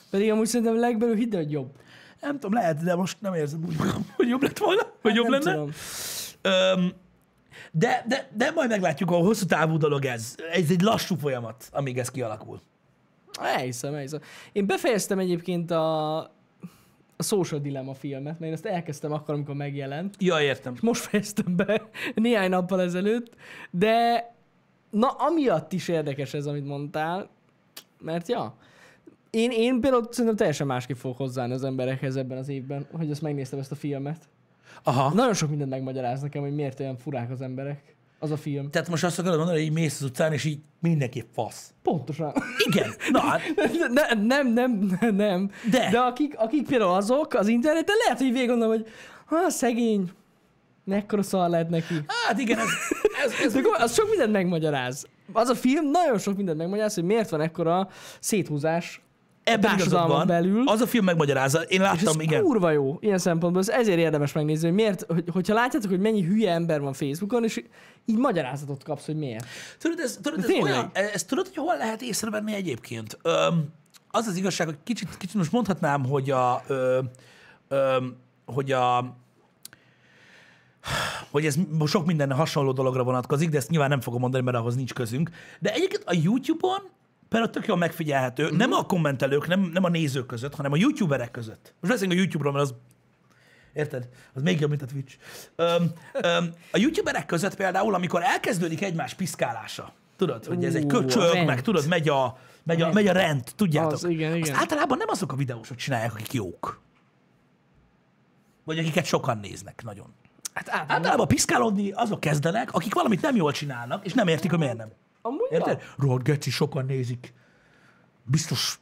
Speaker 2: Pedig amúgy szerintem legbelül hidd, el, hogy jobb.
Speaker 1: nem tudom, lehet, de most nem érzem úgy *laughs* magam, hogy jobb lett volna, hogy jobb
Speaker 2: Hát nem
Speaker 1: lenne.
Speaker 2: Tudom.
Speaker 1: Öm, de, de, de majd meglátjuk, a hosszú távú dolog ez. Ez egy lassú folyamat, amíg ez kialakul.
Speaker 2: Elhiszem, elhiszem. Én befejeztem egyébként a, a Social Dilemma filmet, mert én ezt elkezdtem akkor, amikor megjelent.
Speaker 1: Ja, értem.
Speaker 2: Most fejeztem be néhány nappal ezelőtt, de na, amiatt is érdekes ez, amit mondtál, mert ja, én, én például szerintem teljesen másképp fogok hozzáállni az emberekhez ebben az évben, hogy azt megnéztem ezt a filmet.
Speaker 1: Aha.
Speaker 2: Nagyon sok mindent megmagyaráz nekem, hogy miért olyan furák az emberek. Az a film.
Speaker 1: Tehát most azt akarod mondani, hogy így mész az utcán, és így mindenki fasz.
Speaker 2: Pontosan.
Speaker 1: Igen. Na, hát,
Speaker 2: *laughs* Ne, nem, nem, nem, nem.
Speaker 1: De.
Speaker 2: De akik, akik például azok az interneten, lehet, hogy végig gondolom, hogy ha szegény, mekkora szar lehet neki.
Speaker 1: hát igen, ez, ez, ez
Speaker 2: De komolyan, az sok mindent megmagyaráz. Az a film nagyon sok mindent megmagyaráz, hogy miért van ekkora széthúzás
Speaker 1: Ebben igazad
Speaker 2: társadalmon
Speaker 1: van.
Speaker 2: belül.
Speaker 1: Az a film megmagyarázza. Én
Speaker 2: És ez
Speaker 1: láttam, igen.
Speaker 2: kurva jó ilyen szempontból, ez ezért érdemes megnézni, hogy miért, hogy, hogyha látjátok, hogy mennyi hülye ember van Facebookon, és így magyarázatot kapsz, hogy miért.
Speaker 1: Tudod, ez, tudod,
Speaker 2: De
Speaker 1: ez
Speaker 2: tényleg.
Speaker 1: olyan, ezt tudod, hogy hol lehet észrevenni egyébként? Öm, az az igazság, hogy kicsit, kicsit most mondhatnám, hogy a, ö, öm, hogy a hogy ez sok minden hasonló dologra vonatkozik, de ezt nyilván nem fogom mondani, mert ahhoz nincs közünk. De egyébként a YouTube-on például tök jól megfigyelhető,
Speaker 2: Mhm.
Speaker 1: nem a kommentelők, nem, nem a nézők között, hanem a YouTuberek között. Most beszélünk a YouTube-ról, mert az Érted? Az még jobb, mint a Twitch. Öm, öm, a youtuberek között például, amikor elkezdődik egymás piszkálása, tudod, hogy ez egy
Speaker 2: Ú, a
Speaker 1: köcsög,
Speaker 2: rend.
Speaker 1: meg tudod, megy a, megy a, megy a rend, tudjátok.
Speaker 2: Az, igen, igen.
Speaker 1: Azt általában nem azok a videósok csinálják, akik jók. Vagy akiket sokan néznek nagyon.
Speaker 2: Hát általában.
Speaker 1: Általában piszkálódni azok kezdenek, akik valamit nem jól csinálnak, és nem értik, hogy miért nem.
Speaker 2: Amúgy
Speaker 1: Érted? Rohadt geci, sokan nézik. Biztos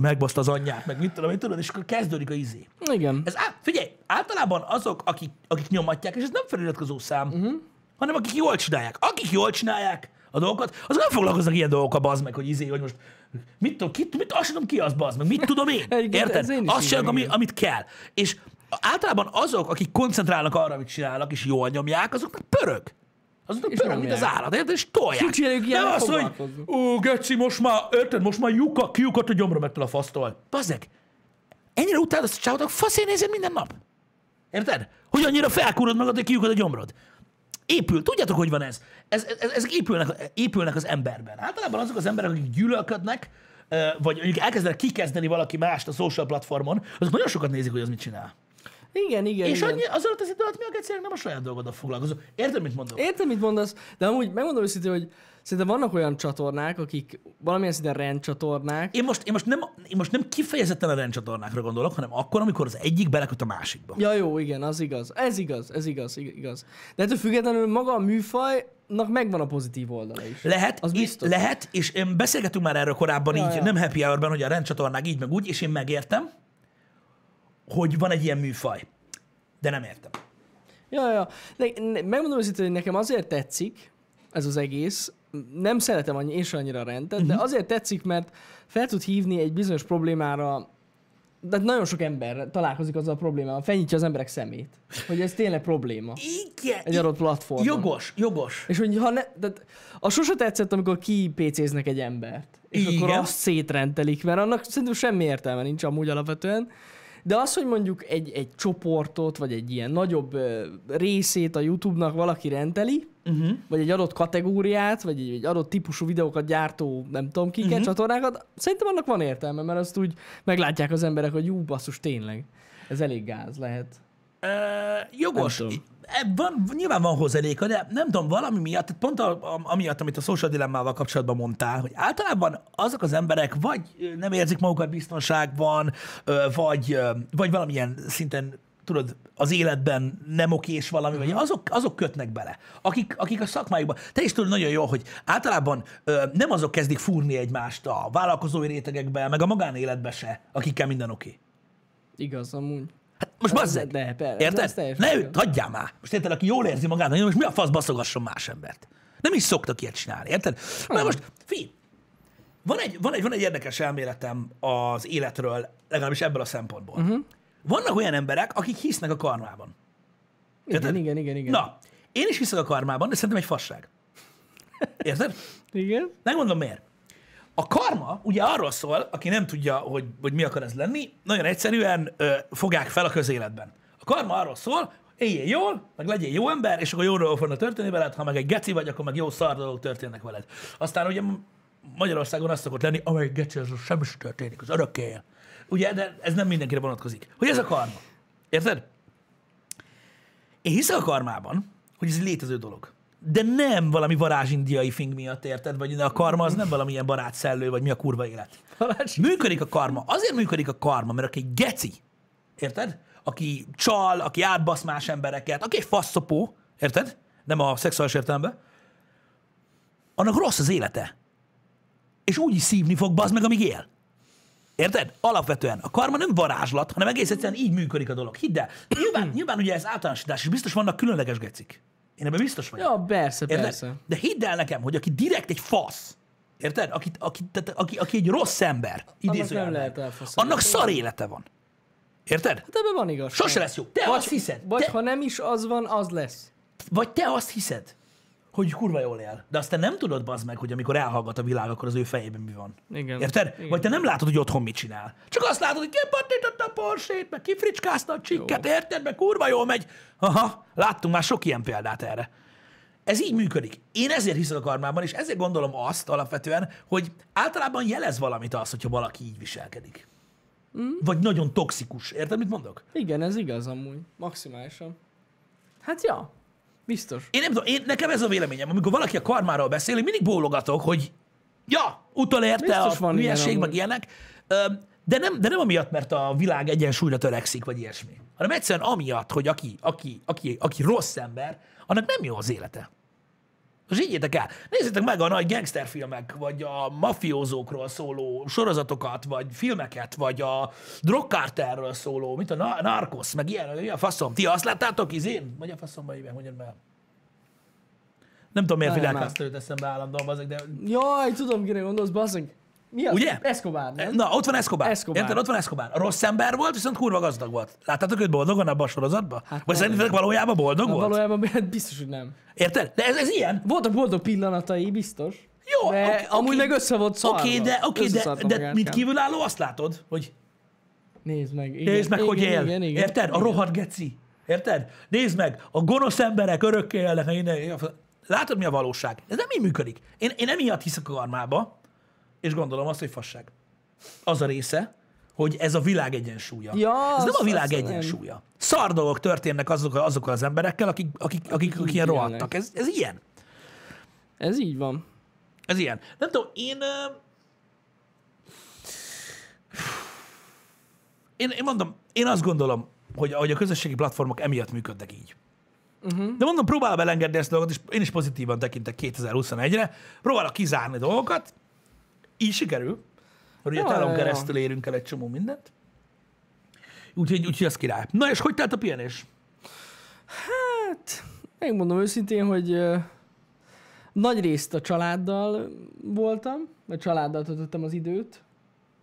Speaker 1: megbaszta az anyját, meg mit tudom, én tudod, és akkor kezdődik a izé.
Speaker 2: van. Igen.
Speaker 1: Ez á, figyelj, általában azok, akik, akik nyomatják, és ez nem feliratkozó szám,
Speaker 2: Mm-hmm.
Speaker 1: uh-huh. hanem akik jól csinálják. Akik jól csinálják a dolgokat, azok nem foglalkoznak ilyen dolgokkal, bazd meg, hogy izé, hogy most mit tudom, ki, mit, azt sem tudom, ki az, bazd meg, mit tudom én.
Speaker 2: *laughs* Egyébként ez
Speaker 1: Érted?
Speaker 2: én is így
Speaker 1: Azt csinálok,
Speaker 2: van,
Speaker 1: ami,
Speaker 2: igen.
Speaker 1: amit kell. És általában azok, akik koncentrálnak arra, amit csinálnak, és jól nyomják, azoknak pörög. Azoknak
Speaker 2: És
Speaker 1: pörög, mint az
Speaker 2: nyomják.
Speaker 1: állat, érted? És tolják.
Speaker 2: Kicsinyelők
Speaker 1: nem
Speaker 2: ilyennek
Speaker 1: az, hogy
Speaker 2: foglalkoznak.
Speaker 1: ó, geci, most már, érted, most már lyukak, kiukat a gyomra megtől a fasztól. Bazdeg, ennyire utálod azt a csávot, akkor faszén nézed minden nap. Érted? Hogy annyira felkúrod magad, hogy kiukad a gyomrod. Épül, tudjátok, hogy van ez? ez, ez ezek épülnek, épülnek az emberben. Általában azok az emberek, akik gyűlölködnek, ö, vagy mondjuk elkezdenek kikezdeni valaki mást a social platformon, azok nagyon sokat nézik, hogy az mit csinál.
Speaker 2: Igen, igen,
Speaker 1: És
Speaker 2: igen.
Speaker 1: annyi, az alatt az idő alatt mi a gecinek nem a saját dolgoddal foglalkozom. Érted, mit mondom?
Speaker 2: Értem, mit mondasz, de amúgy megmondom őszintén, hogy szerintem vannak olyan csatornák, akik valamilyen szinten rendcsatornák.
Speaker 1: Én most, én, most nem, én most nem kifejezetten a rendcsatornákra gondolok, hanem akkor, amikor az egyik beleköt a másikba.
Speaker 2: Ja jó, igen, az igaz. Ez igaz, ez igaz, ig- igaz. De ettől függetlenül maga a műfajnak megvan a pozitív oldala is.
Speaker 1: Lehet,
Speaker 2: Az
Speaker 1: és-
Speaker 2: biztos.
Speaker 1: lehet, és em, beszélgetünk már erről korábban,
Speaker 2: Ja,
Speaker 1: így
Speaker 2: ja.
Speaker 1: nem happy hourben, hogy a rendcsatornák így meg úgy, és én megértem, hogy van egy ilyen műfaj. De nem értem.
Speaker 2: Ja, ja. Ne, ne, megmondom őszintén, hogy nekem azért tetszik ez az egész. Nem szeretem annyi, én sem annyira a rendet, uh-huh. de azért tetszik, mert fel tud hívni egy bizonyos problémára, de hát nagyon sok ember találkozik azzal a problémával, felnyitja az emberek szemét, hogy ez tényleg probléma
Speaker 1: Igen.
Speaker 2: egy adott platformon.
Speaker 1: Jogos, jogos.
Speaker 2: És hogy ha ne, tehát a sose tetszett, amikor kipécéznek egy embert, és Igen. akkor
Speaker 1: Igen.
Speaker 2: azt szétrendelik, mert annak szerintem semmi értelme nincs amúgy alapvetően. De az, hogy mondjuk egy, egy csoportot, vagy egy ilyen nagyobb ö, részét a YouTube-nak valaki renteli,
Speaker 1: Mhm.
Speaker 2: uh-huh. vagy egy adott kategóriát, vagy egy, egy adott típusú videókat gyártó, nem tudom kiket,
Speaker 1: Mhm.
Speaker 2: uh-huh. csatornákat, szerintem annak van értelme, mert azt úgy meglátják az emberek, hogy jó, basszus, tényleg, ez elég gáz lehet.
Speaker 1: Ö, jogos.
Speaker 2: Nem tudom.
Speaker 1: E, Van, nyilván van hozzaléka, de nem tudom, valami miatt, tehát pont a, a, amiatt, amit a social dilemmával kapcsolatban mondtál, hogy általában azok az emberek vagy ö, nem érzik magukat biztonságban, ö, vagy, ö, vagy valamilyen szinten tudod, az életben nem okés valami, vagy
Speaker 2: Mhm.
Speaker 1: azok, azok kötnek bele, akik, akik a szakmájukban. Te is tudod nagyon jól, hogy általában ö, nem azok kezdik fúrni egymást a vállalkozói rétegekbe, meg a magánéletbe se, akikkel minden oké.
Speaker 2: Igaz, amúgy.
Speaker 1: Hát most
Speaker 2: Ez-
Speaker 1: bazzeg.
Speaker 2: de, persze, ez
Speaker 1: Érted?
Speaker 2: teljesen
Speaker 1: Ne
Speaker 2: igaz.
Speaker 1: őt, hagyjál már. Most érted, aki jól érzi magát, nagyon, most mi a fasz baszogasson más embert? Nem is szoktak ilyet csinálni, érted? Na most, fi, van egy, van, egy, van egy érdekes elméletem az életről, legalábbis ebből a szempontból.
Speaker 2: Mhm.
Speaker 1: Uh-huh. Vannak olyan emberek, akik hisznek a karmában.
Speaker 2: Igen,
Speaker 1: Érted?
Speaker 2: igen, igen, igen.
Speaker 1: Na, én is hiszek a karmában, de szerintem egy fasság. Érted?
Speaker 2: Igen?
Speaker 1: Megmondom miért. A karma ugye arról szól, aki nem tudja, hogy, hogy mi akar ez lenni, nagyon egyszerűen ö, fogják fel a közéletben. A karma arról szól, éljél jól, meg legyél jó ember, és akkor jóról fognak történni veled, ha meg egy geci vagy, akkor meg jó szar dolgok történnek veled. Aztán ugye Magyarországon az szokott lenni, amely geci, az semmi sem történik, az örökké él. Ugye, de ez nem mindenkire vonatkozik. Hogy ez a karma. Érted? Én hiszek a karmában, hogy ez egy létező dolog. De nem valami varázsindiai fing miatt, érted? Vagy a karma az nem valamilyen barátszellő, vagy mi a kurva élet.
Speaker 2: Balázs,
Speaker 1: Működik a karma. Azért működik a karma, mert aki geci, érted? Aki csal, aki átbasz más embereket, aki egy faszopó, érted? Nem a szexuális értelemben. Annak rossz az élete. És úgy is szívni fog, bazd meg, amíg él. Érted? Alapvetően a karma nem varázslat, hanem egész egyszerűen így működik a dolog. Hidd el. Nyilván, nyilván ugye ez általánosítás, és biztos vannak különleges gecik. Én ebben biztos vagyok.
Speaker 2: Ja, persze, Hát
Speaker 1: Érted?
Speaker 2: persze.
Speaker 1: De hidd el nekem, hogy aki direkt egy fasz, Érted? Aki, aki, tehát aki, aki egy rossz ember, idézőjelben,
Speaker 2: lehet elfaszolni.
Speaker 1: annak szar élete van. Érted?
Speaker 2: Hát ebben van igazság.
Speaker 1: Sose lesz jó. Te azt hiszed.
Speaker 2: Vagy
Speaker 1: te,
Speaker 2: ha nem is az van, az lesz.
Speaker 1: Vagy te azt hiszed, hogy kurva jól él, de aztán nem tudod bazd meg, hogy amikor elhallgat a világ, akkor az ő fejében mi van.
Speaker 2: Igen.
Speaker 1: Érted?
Speaker 2: Igen.
Speaker 1: Vagy te nem látod, hogy otthon mit csinál. Csak azt látod, hogy kipattította a porsét, meg kifricskázta a csikket,
Speaker 2: Jó.
Speaker 1: érted? Meg kurva jól megy. Aha, láttunk már sok ilyen példát erre. Ez így működik. Én ezért hiszek a karmában, és ezért gondolom azt alapvetően, hogy általában jelez valamit az, hogyha valaki így viselkedik. Mm. Vagy nagyon toxikus. Érted, mit mondok?
Speaker 2: Igen, ez igaz amúgy. Maximálisan. Hát ja, biztos.
Speaker 1: Én nem tudom, én, nekem ez a véleményem. Amikor valaki a karmáról beszél, én mindig bólogatok, hogy ja, utolérte a
Speaker 2: Biztos van ilyen
Speaker 1: hülyeség, meg
Speaker 2: amúgy.
Speaker 1: ilyenek. Ö, De nem, de nem amiatt, mert a világ egyensúlyra törekszik, vagy ilyesmi, hanem egyszerűen amiatt, hogy aki, aki, aki, aki rossz ember, annak nem jó az élete. Most így el. Nézzétek meg a nagy gangsterfilmek, vagy a mafiózókról szóló sorozatokat, vagy filmeket, vagy a drogkárterről szóló, mint a na- narkosz, meg ilyen, ilyen faszom. Ti azt láttátok izén? Vagy a faszomba éve, mondjad már. Nem tudom, miért
Speaker 2: Nem,
Speaker 1: Fidel
Speaker 2: nem.
Speaker 1: Castro jut eszembe állandóan, bazeg, de...
Speaker 2: Jaj, tudom, kire gondolsz, bazzeg. Mi az?
Speaker 1: Ugye?
Speaker 2: Escobar, nem? Hát
Speaker 1: Na, ott van Escobar.
Speaker 2: Escobar.
Speaker 1: Érted, ott van Escobar. A rossz ember volt, viszont kurva gazdag volt. Láttátok őt boldogan abban a sorozatban? Hát, vagy
Speaker 2: nem.
Speaker 1: szerintetek valójában boldog volt?
Speaker 2: Valójában hát biztos, hogy nem.
Speaker 1: Érted? De ez, ez ilyen.
Speaker 2: Voltak boldog pillanatai, biztos.
Speaker 1: Jó,
Speaker 2: de
Speaker 1: oké,
Speaker 2: amúgy
Speaker 1: oké.
Speaker 2: meg össze volt szarva.
Speaker 1: Oké, de, oké, de,
Speaker 2: Összeszarta
Speaker 1: de
Speaker 2: magát,
Speaker 1: mint
Speaker 2: kár.
Speaker 1: kívülálló azt látod, hogy
Speaker 2: Nézd meg. Igen,
Speaker 1: Nézd meg,
Speaker 2: igen,
Speaker 1: hogy él.
Speaker 2: Igen, igen,
Speaker 1: Érted? A rohadt geci. Érted? Nézd meg, a gonosz emberek örökké élnek. ha innen- Látod, mi a valóság? Ez nem így működik. Én, én emiatt hiszek a karmába, és gondolom azt, hogy fasság. Az a része, hogy ez a világ egyensúlya.
Speaker 2: Ja,
Speaker 1: ez nem
Speaker 2: azt-
Speaker 1: a világ
Speaker 2: azt nem.
Speaker 1: egyensúlya. Szar dolgok történnek azokkal, azokkal az emberekkel, akik, akik, akik, akik ilyen
Speaker 2: így élnek.
Speaker 1: rohadtak. Ez, ez ilyen.
Speaker 2: Ez így van.
Speaker 1: Ez ilyen. Nem tudom, én... ö, Én, én mondom, én azt gondolom, hogy, hogy a közösségi platformok emiatt működnek így. Uh-huh. De mondom, próbálom elengedni ezt a dolgot, és én is pozitívan tekintek 2021-re, próbálok kizárni dolgokat, így sikerül, hogy ugye
Speaker 2: Ja,
Speaker 1: telon
Speaker 2: ja, ja.
Speaker 1: keresztül érünk el egy csomó mindent. Úgyhogy, úgyhogy az király. Na és hogy telt a pihenés?
Speaker 2: Hát, megmondom őszintén, hogy ö, nagy részt a családdal voltam, a családdal töltöttem az időt,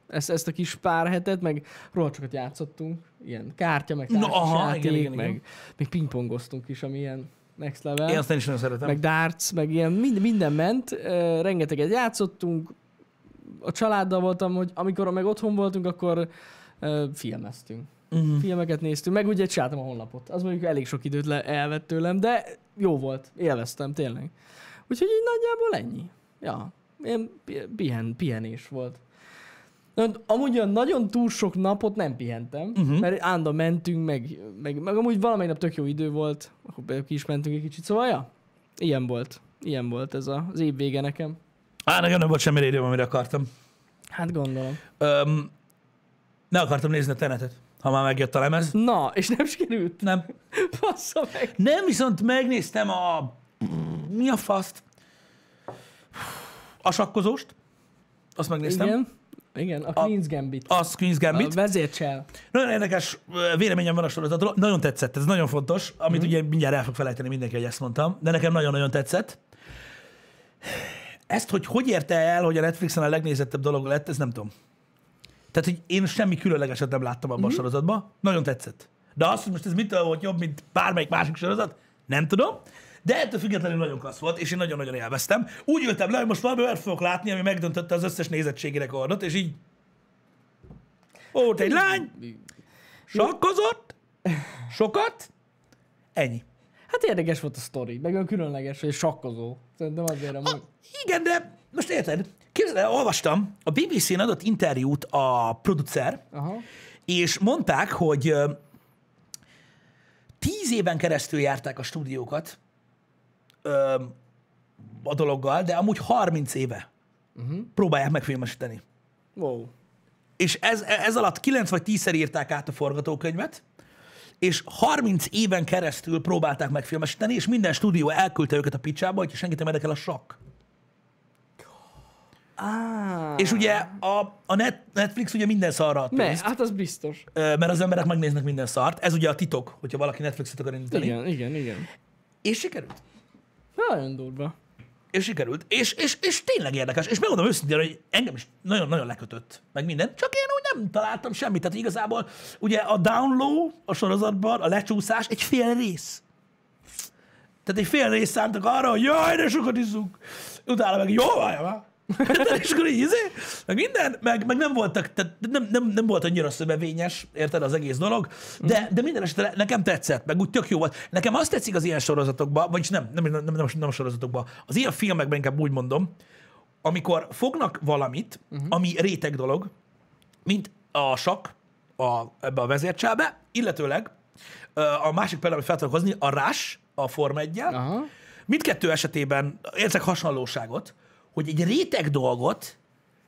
Speaker 2: ezt, ezt a kis pár hetet, meg rohacsokat játszottunk, ilyen kártya, meg
Speaker 1: Na,
Speaker 2: társas
Speaker 1: aha,
Speaker 2: játék,
Speaker 1: igen, igen, igen.
Speaker 2: meg még pingpongoztunk is, ami ilyen next level,
Speaker 1: Én azt én is nagyon szeretem.
Speaker 2: meg darts, meg ilyen mind, minden ment, ö, rengeteget játszottunk, a családdal voltam, hogy amikor meg otthon voltunk, akkor ö, filmeztünk
Speaker 1: uh-huh.
Speaker 2: filmeket néztünk, meg ugye csináltam a honlapot. Az mondjuk elég sok időt le, elvett tőlem, de jó volt, élveztem tényleg. Úgyhogy így nagyjából ennyi. Ja, ilyen pi- pihen, pihenés volt. Na, Amúgy olyan nagyon túl sok napot nem pihentem,
Speaker 1: Mhm.
Speaker 2: uh-huh. mert állandóan mentünk, meg, meg, meg amúgy valamelyik nap tök jó idő volt, akkor például ki is mentünk egy kicsit, szóval ja, ilyen volt. Ilyen volt ez a- az év vége nekem.
Speaker 1: Á, nekem nem volt semmi időm, amire akartam.
Speaker 2: Hát gondolom.
Speaker 1: Öm, ne akartam nézni a tenetet, ha már megjött a lemez.
Speaker 2: Na, és nem sikerült.
Speaker 1: Nem.
Speaker 2: Bassza meg.
Speaker 1: Nem, viszont megnéztem a... Mi a faszt? A sakkozóst. Azt megnéztem. Igen.
Speaker 2: Igen. Igen, a Queen's Gambit.
Speaker 1: A Queen's
Speaker 2: A
Speaker 1: Gambit.
Speaker 2: vezércsel.
Speaker 1: Nagyon érdekes ö, véleményem van a sorozatról. Nagyon tetszett, ez nagyon fontos, amit ugye mindjárt el fog felejteni mindenki, hogy ezt mondtam, de nekem nagyon-nagyon tetszett. Ezt, hogy hogy érte el, hogy a Netflixen a legnézettebb dolog lett, ez nem tudom. Tehát, hogy én semmi különlegeset nem láttam abban a sorozatban. Nagyon tetszett. De azt, hogy most ez mitől volt jobb, mint bármelyik másik sorozat, nem tudom. De ettől függetlenül nagyon klassz volt, és én nagyon-nagyon élveztem. Úgy ültem le, hogy most valami olyat fogok látni, ami megdöntötte az összes nézettségi rekordot, és így... Volt egy lány, Sakkozott, sokat, ennyi.
Speaker 2: Hát érdekes volt a sztori, meg olyan különleges, hogy sakkozó. Szerintem azért amúgy.
Speaker 1: Igen, de most érted? Képzeld el, olvastam, a BBC-n adott interjút a producer,
Speaker 2: Aha.
Speaker 1: és mondták, hogy ö, tíz éven keresztül járták a stúdiókat ö, a dologgal, de amúgy 30 éve uh-huh. próbálják megfilmesíteni.
Speaker 2: Wow.
Speaker 1: és ez, ez alatt 9 vagy 10-szer írták át a forgatókönyvet, és 30 éven keresztül próbálták megfilmesíteni, és minden stúdió elküldte őket a picsába, hogy senkit nem érdekel a sakk.
Speaker 2: Ah.
Speaker 1: És ugye a, a net, Netflix ugye minden szarra ad
Speaker 2: Ne,
Speaker 1: pénzt,
Speaker 2: hát az biztos.
Speaker 1: ö, mert az emberek megnéznek minden szart. Ez ugye a titok, hogyha valaki Netflixet akar indítani.
Speaker 2: Igen, igen, igen.
Speaker 1: És sikerült.
Speaker 2: Nagyon durva.
Speaker 1: és sikerült. És, és, és tényleg érdekes. És megmondom őszintén, hogy engem is nagyon-nagyon lekötött, meg minden. Csak én úgy nem találtam semmit. Tehát igazából ugye a download a sorozatban, a lecsúszás egy fél rész. Tehát egy fél részt szántak arra, hogy jaj, de sokat iszunk. Utána meg jó, vaj, vaj. *laughs* és akkor így, izé, meg minden, meg, meg nem voltak, tehát nem, nem, nem volt annyira szövevényes, érted, az egész dolog, de, de minden esetre nekem tetszett, meg úgy tök jó volt. Nekem azt tetszik az ilyen sorozatokban, vagyis nem, nem, nem, nem, nem sorozatokban, az ilyen filmekben inkább úgy mondom, amikor fognak valamit, uh-huh. ami réteg dolog, mint a sak a, ebbe a vezércsábe, illetőleg ö, a másik például, amit fel tudok hozni, a rás a Form 1
Speaker 2: Aha.
Speaker 1: Mindkettő esetében érzek hasonlóságot, hogy egy réteg dolgot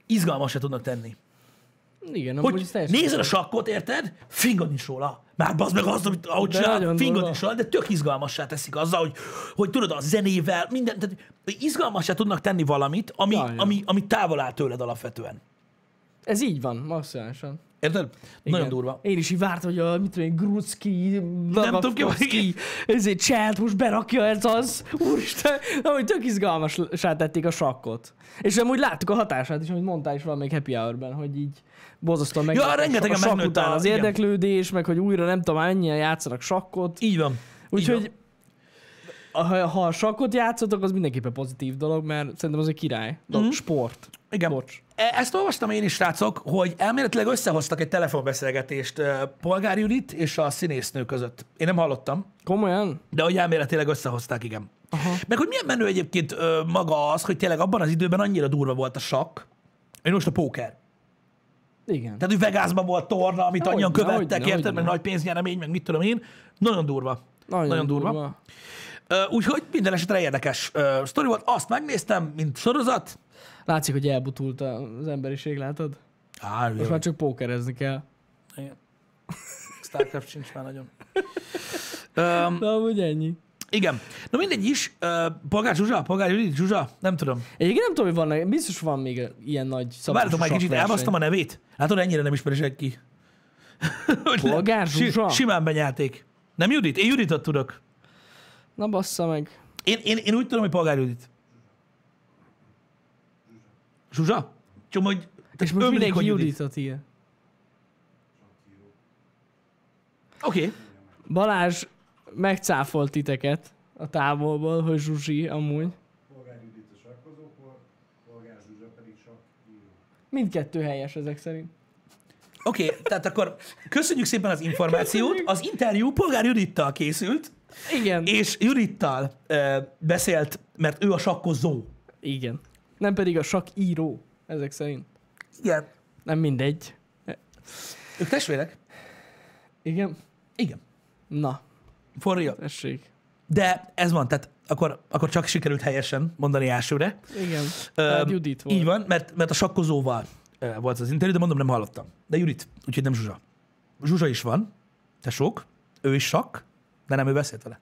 Speaker 1: izgalmasra tudnak tenni.
Speaker 2: Igen, amúgy
Speaker 1: Hogy
Speaker 2: ez teljesen-
Speaker 1: nézed a sakkot, érted? Fingod is róla. Már bazd meg azt, amit ahogy
Speaker 2: De
Speaker 1: csinál,
Speaker 2: nagyon
Speaker 1: fingod
Speaker 2: durva.
Speaker 1: is róla, de tök izgalmassá teszik azzal, hogy, hogy tudod, a zenével, minden, tehát izgalmassá tudnak tenni valamit, ami,
Speaker 2: Nagyon.
Speaker 1: ami, ami távol áll tőled alapvetően.
Speaker 2: Ez így van, maximálisan.
Speaker 1: Érted?
Speaker 2: Igen.
Speaker 1: Nagyon durva.
Speaker 2: Én is így vártam, hogy a, mit tudom én, Grucki,
Speaker 1: tudom ki,
Speaker 2: Lavrovski, ezért cselt most berakja ez az. Úristen, amúgy tök izgalmasá tették a sakkot. És amúgy láttuk a hatását is, amit mondtál is valamelyik happy hour-ben, hogy így bozasztóan meg
Speaker 1: rengetegen
Speaker 2: a sakk
Speaker 1: megnőtt
Speaker 2: után
Speaker 1: a-
Speaker 2: az
Speaker 1: igen.
Speaker 2: érdeklődés, meg hogy újra nem tudom, ennyien játszanak sakkot.
Speaker 1: Így van. Így van.
Speaker 2: Úgyhogy ha, ha a sakkot játszotok, az mindenképpen pozitív dolog, mert szerintem az egy király. Dolog,
Speaker 1: Mhm.
Speaker 2: Sport.
Speaker 1: Igen.
Speaker 2: Bocs.
Speaker 1: E- Ezt olvastam én is, srácok, hogy elméletileg összehoztak egy telefonbeszélgetést ö, Polgár Judit és a színésznő között. Én nem hallottam,
Speaker 2: Komolyan?
Speaker 1: de hogy elméletileg összehozták, igen. Aha. Meg hogy milyen menő egyébként ö, maga az, hogy tényleg abban az időben annyira durva volt a sakk, hogy most a póker.
Speaker 2: Igen.
Speaker 1: Tehát, hogy Vegasban volt torna, amit
Speaker 2: Hogyne,
Speaker 1: annyian követtek,
Speaker 2: hogyne,
Speaker 1: érted,
Speaker 2: hogyne.
Speaker 1: meg nagy pénznyeremény, meg mit tudom én. Nagyon durva. Nagyon, nagyon durva. durva. Ö, Úgyhogy minden esetre érdekes ö, sztori volt. Azt megnéztem, mint sorozat.
Speaker 2: Látszik, hogy elbutult az emberiség, látod?
Speaker 1: Á,
Speaker 2: Most már csak pókerezni kell.
Speaker 1: Igen. Starcraft sincs már nagyon. Öm,
Speaker 2: De amúgy ennyi.
Speaker 1: igen. Na mindegy is. Ö, Polgár Zsuzsa? Polgár Judit Zsuzsa? Nem tudom.
Speaker 2: Egyébként nem tudom, hogy van biztos van még ilyen nagy szabású
Speaker 1: Várjatok már egy kicsit, elbasztam a nevét? Látod, ennyire nem ismeri senki. Hogy le-
Speaker 2: *laughs* Polgár
Speaker 1: si-
Speaker 2: Zsuzsa?
Speaker 1: Simán benyelték. Nem Judit? Én Juditot tudok.
Speaker 2: Na bassza meg.
Speaker 1: Én, én, én úgy tudom, hogy Polgár Judit. Zsuzsa? Csak hogy...
Speaker 2: És most
Speaker 1: ömlik,
Speaker 2: mindenki
Speaker 1: hogy Judit.
Speaker 2: Juditot ír.
Speaker 1: Oké. Okay.
Speaker 2: Balázs megcáfolt titeket a távolból, hogy Zsuzsi amúgy.
Speaker 3: Polgár Judit a sakkozó, Pol- Polgár Zsuzsa pedig sakkíró.
Speaker 2: Mindkettő helyes ezek szerint.
Speaker 1: Oké, okay, tehát akkor köszönjük szépen
Speaker 2: *laughs*
Speaker 1: az információt.
Speaker 2: Köszönjük.
Speaker 1: Az interjú Polgár Judittal készült.
Speaker 2: Igen.
Speaker 1: És Judittal ö, beszélt, mert ő a sakkozó.
Speaker 2: Igen. Nem pedig a sak író, ezek szerint.
Speaker 1: Igen.
Speaker 2: Nem mindegy.
Speaker 1: Ők testvérek?
Speaker 2: Igen?
Speaker 1: Igen.
Speaker 2: Na,
Speaker 1: For real.
Speaker 2: tessék.
Speaker 1: De ez van, tehát akkor, akkor csak sikerült helyesen mondani elsőre.
Speaker 2: Igen.
Speaker 1: Öm,
Speaker 2: Tehát Hát Judit volt.
Speaker 1: Így van, mert, mert a sakkozóval ö, volt az interjú, de mondom, nem hallottam. De Judit, úgyhogy nem Zsuzsa. Zsuzsa is van, te sok, ő is sak, de nem ő beszélt vele.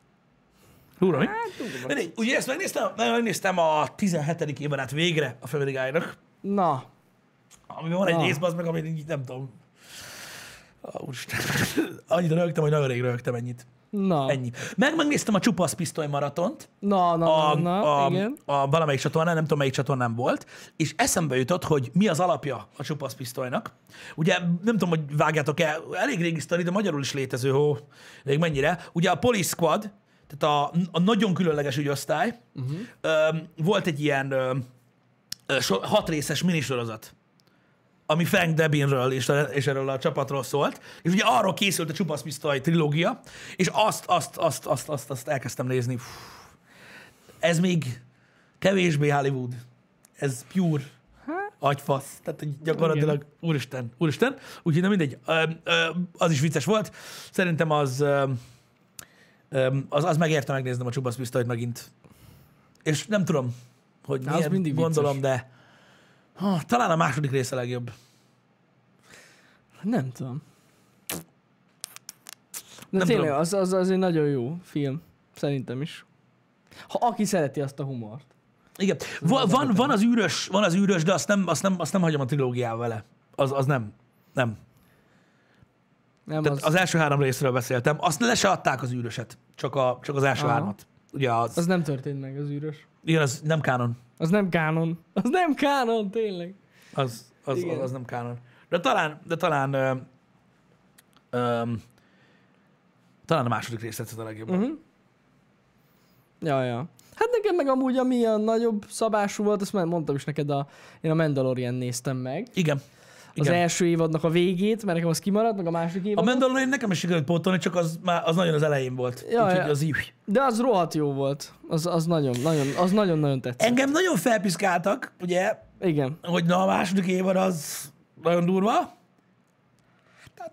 Speaker 1: Durva,
Speaker 2: Hát,
Speaker 1: mi? Mindegy. Ugye ezt megnéztem, megnéztem a 17. éven át végre a Family Guy-nak,
Speaker 2: Na,
Speaker 1: Ami van egy
Speaker 2: Na.
Speaker 1: rész, az meg, amit így nem tudom. Á, Úristen. *laughs* Annyit rögtem, hogy nagyon rég rögtem ennyit.
Speaker 2: na.
Speaker 1: Ennyi. Meg megnéztem a csupasz pisztoly maratont.
Speaker 2: Na, na,
Speaker 1: A,
Speaker 2: na, na,
Speaker 1: a,
Speaker 2: igen.
Speaker 1: a valamelyik csatornán, nem tudom melyik csatornán volt, és eszembe jutott, hogy mi az alapja a csupasz pisztolynak. Ugye nem tudom, hogy vágjátok el, elég régi sztori, de magyarul is létező, hó, még mennyire. Ugye a Police Squad, tehát a, a nagyon különleges ügyosztály, uh-huh. ö, volt egy ilyen ö, ö, so, hat részes minisorozat ami Frank Debinről és, és erről a csapatról szólt, és ugye arról készült a csupaszpisztoly trilógia, és azt, azt, azt, azt, azt, azt elkezdtem nézni. Fú. Ez még kevésbé Hollywood. Ez pure agyfasz. Tehát hogy gyakorlatilag, Igen. úristen, úristen. Úgyhogy nem mindegy, ö, ö, az is vicces volt. Szerintem az, ö, ö, az, az megérte megnéznem a csupaszpisztolyt megint. És nem tudom, hogy
Speaker 2: Na, az
Speaker 1: milyen
Speaker 2: mindig vicces.
Speaker 1: gondolom, de ha, talán a második része a legjobb.
Speaker 2: Nem tudom. De
Speaker 1: Nem
Speaker 2: nem tényleg,
Speaker 1: tudom.
Speaker 2: az, az, az egy nagyon jó film. Szerintem is. Ha aki szereti azt a humort.
Speaker 1: Igen. Va, van, van, az űrös, van az űrös, de azt nem, azt nem, azt nem hagyom a trilógiával vele. Az, az nem. Nem.
Speaker 2: Nem
Speaker 1: Tehát
Speaker 2: az, az,
Speaker 1: az első három részről beszéltem. Azt le se adták az űröset. Csak, a, csak az első
Speaker 2: Aha.
Speaker 1: hármat. Ugye az,
Speaker 2: az, nem történt meg az űrös.
Speaker 1: igen, az nem kánon.
Speaker 2: Az nem kánon. Az nem kánon, tényleg.
Speaker 1: Az, az,
Speaker 2: Igen.
Speaker 1: az, az nem kánon. De talán, de talán, ö, ö, talán a második rész tetszett a
Speaker 2: Mhm.
Speaker 1: legjobban. Uh-huh.
Speaker 2: Ja, ja. Hát nekem meg amúgy, ami a nagyobb szabású volt, azt már mondtam is neked, a, én a Mandalorian néztem meg.
Speaker 1: Igen.
Speaker 2: Az
Speaker 1: Igen.
Speaker 2: első évadnak a végét, mert nekem az kimaradt, meg a második
Speaker 1: A
Speaker 2: évad.
Speaker 1: Mandalorian nekem is sikerült pótolni, csak az, már, az nagyon az elején volt.
Speaker 2: Ja,
Speaker 1: Ja, Úgyhogy
Speaker 2: ja.
Speaker 1: az így.
Speaker 2: De az rohadt jó volt. Az, az nagyon, nagyon, az nagyon-nagyon tetszett.
Speaker 1: Engem nagyon felpiszkáltak, ugye,
Speaker 2: Igen.
Speaker 1: hogy na a második évad az nagyon durva.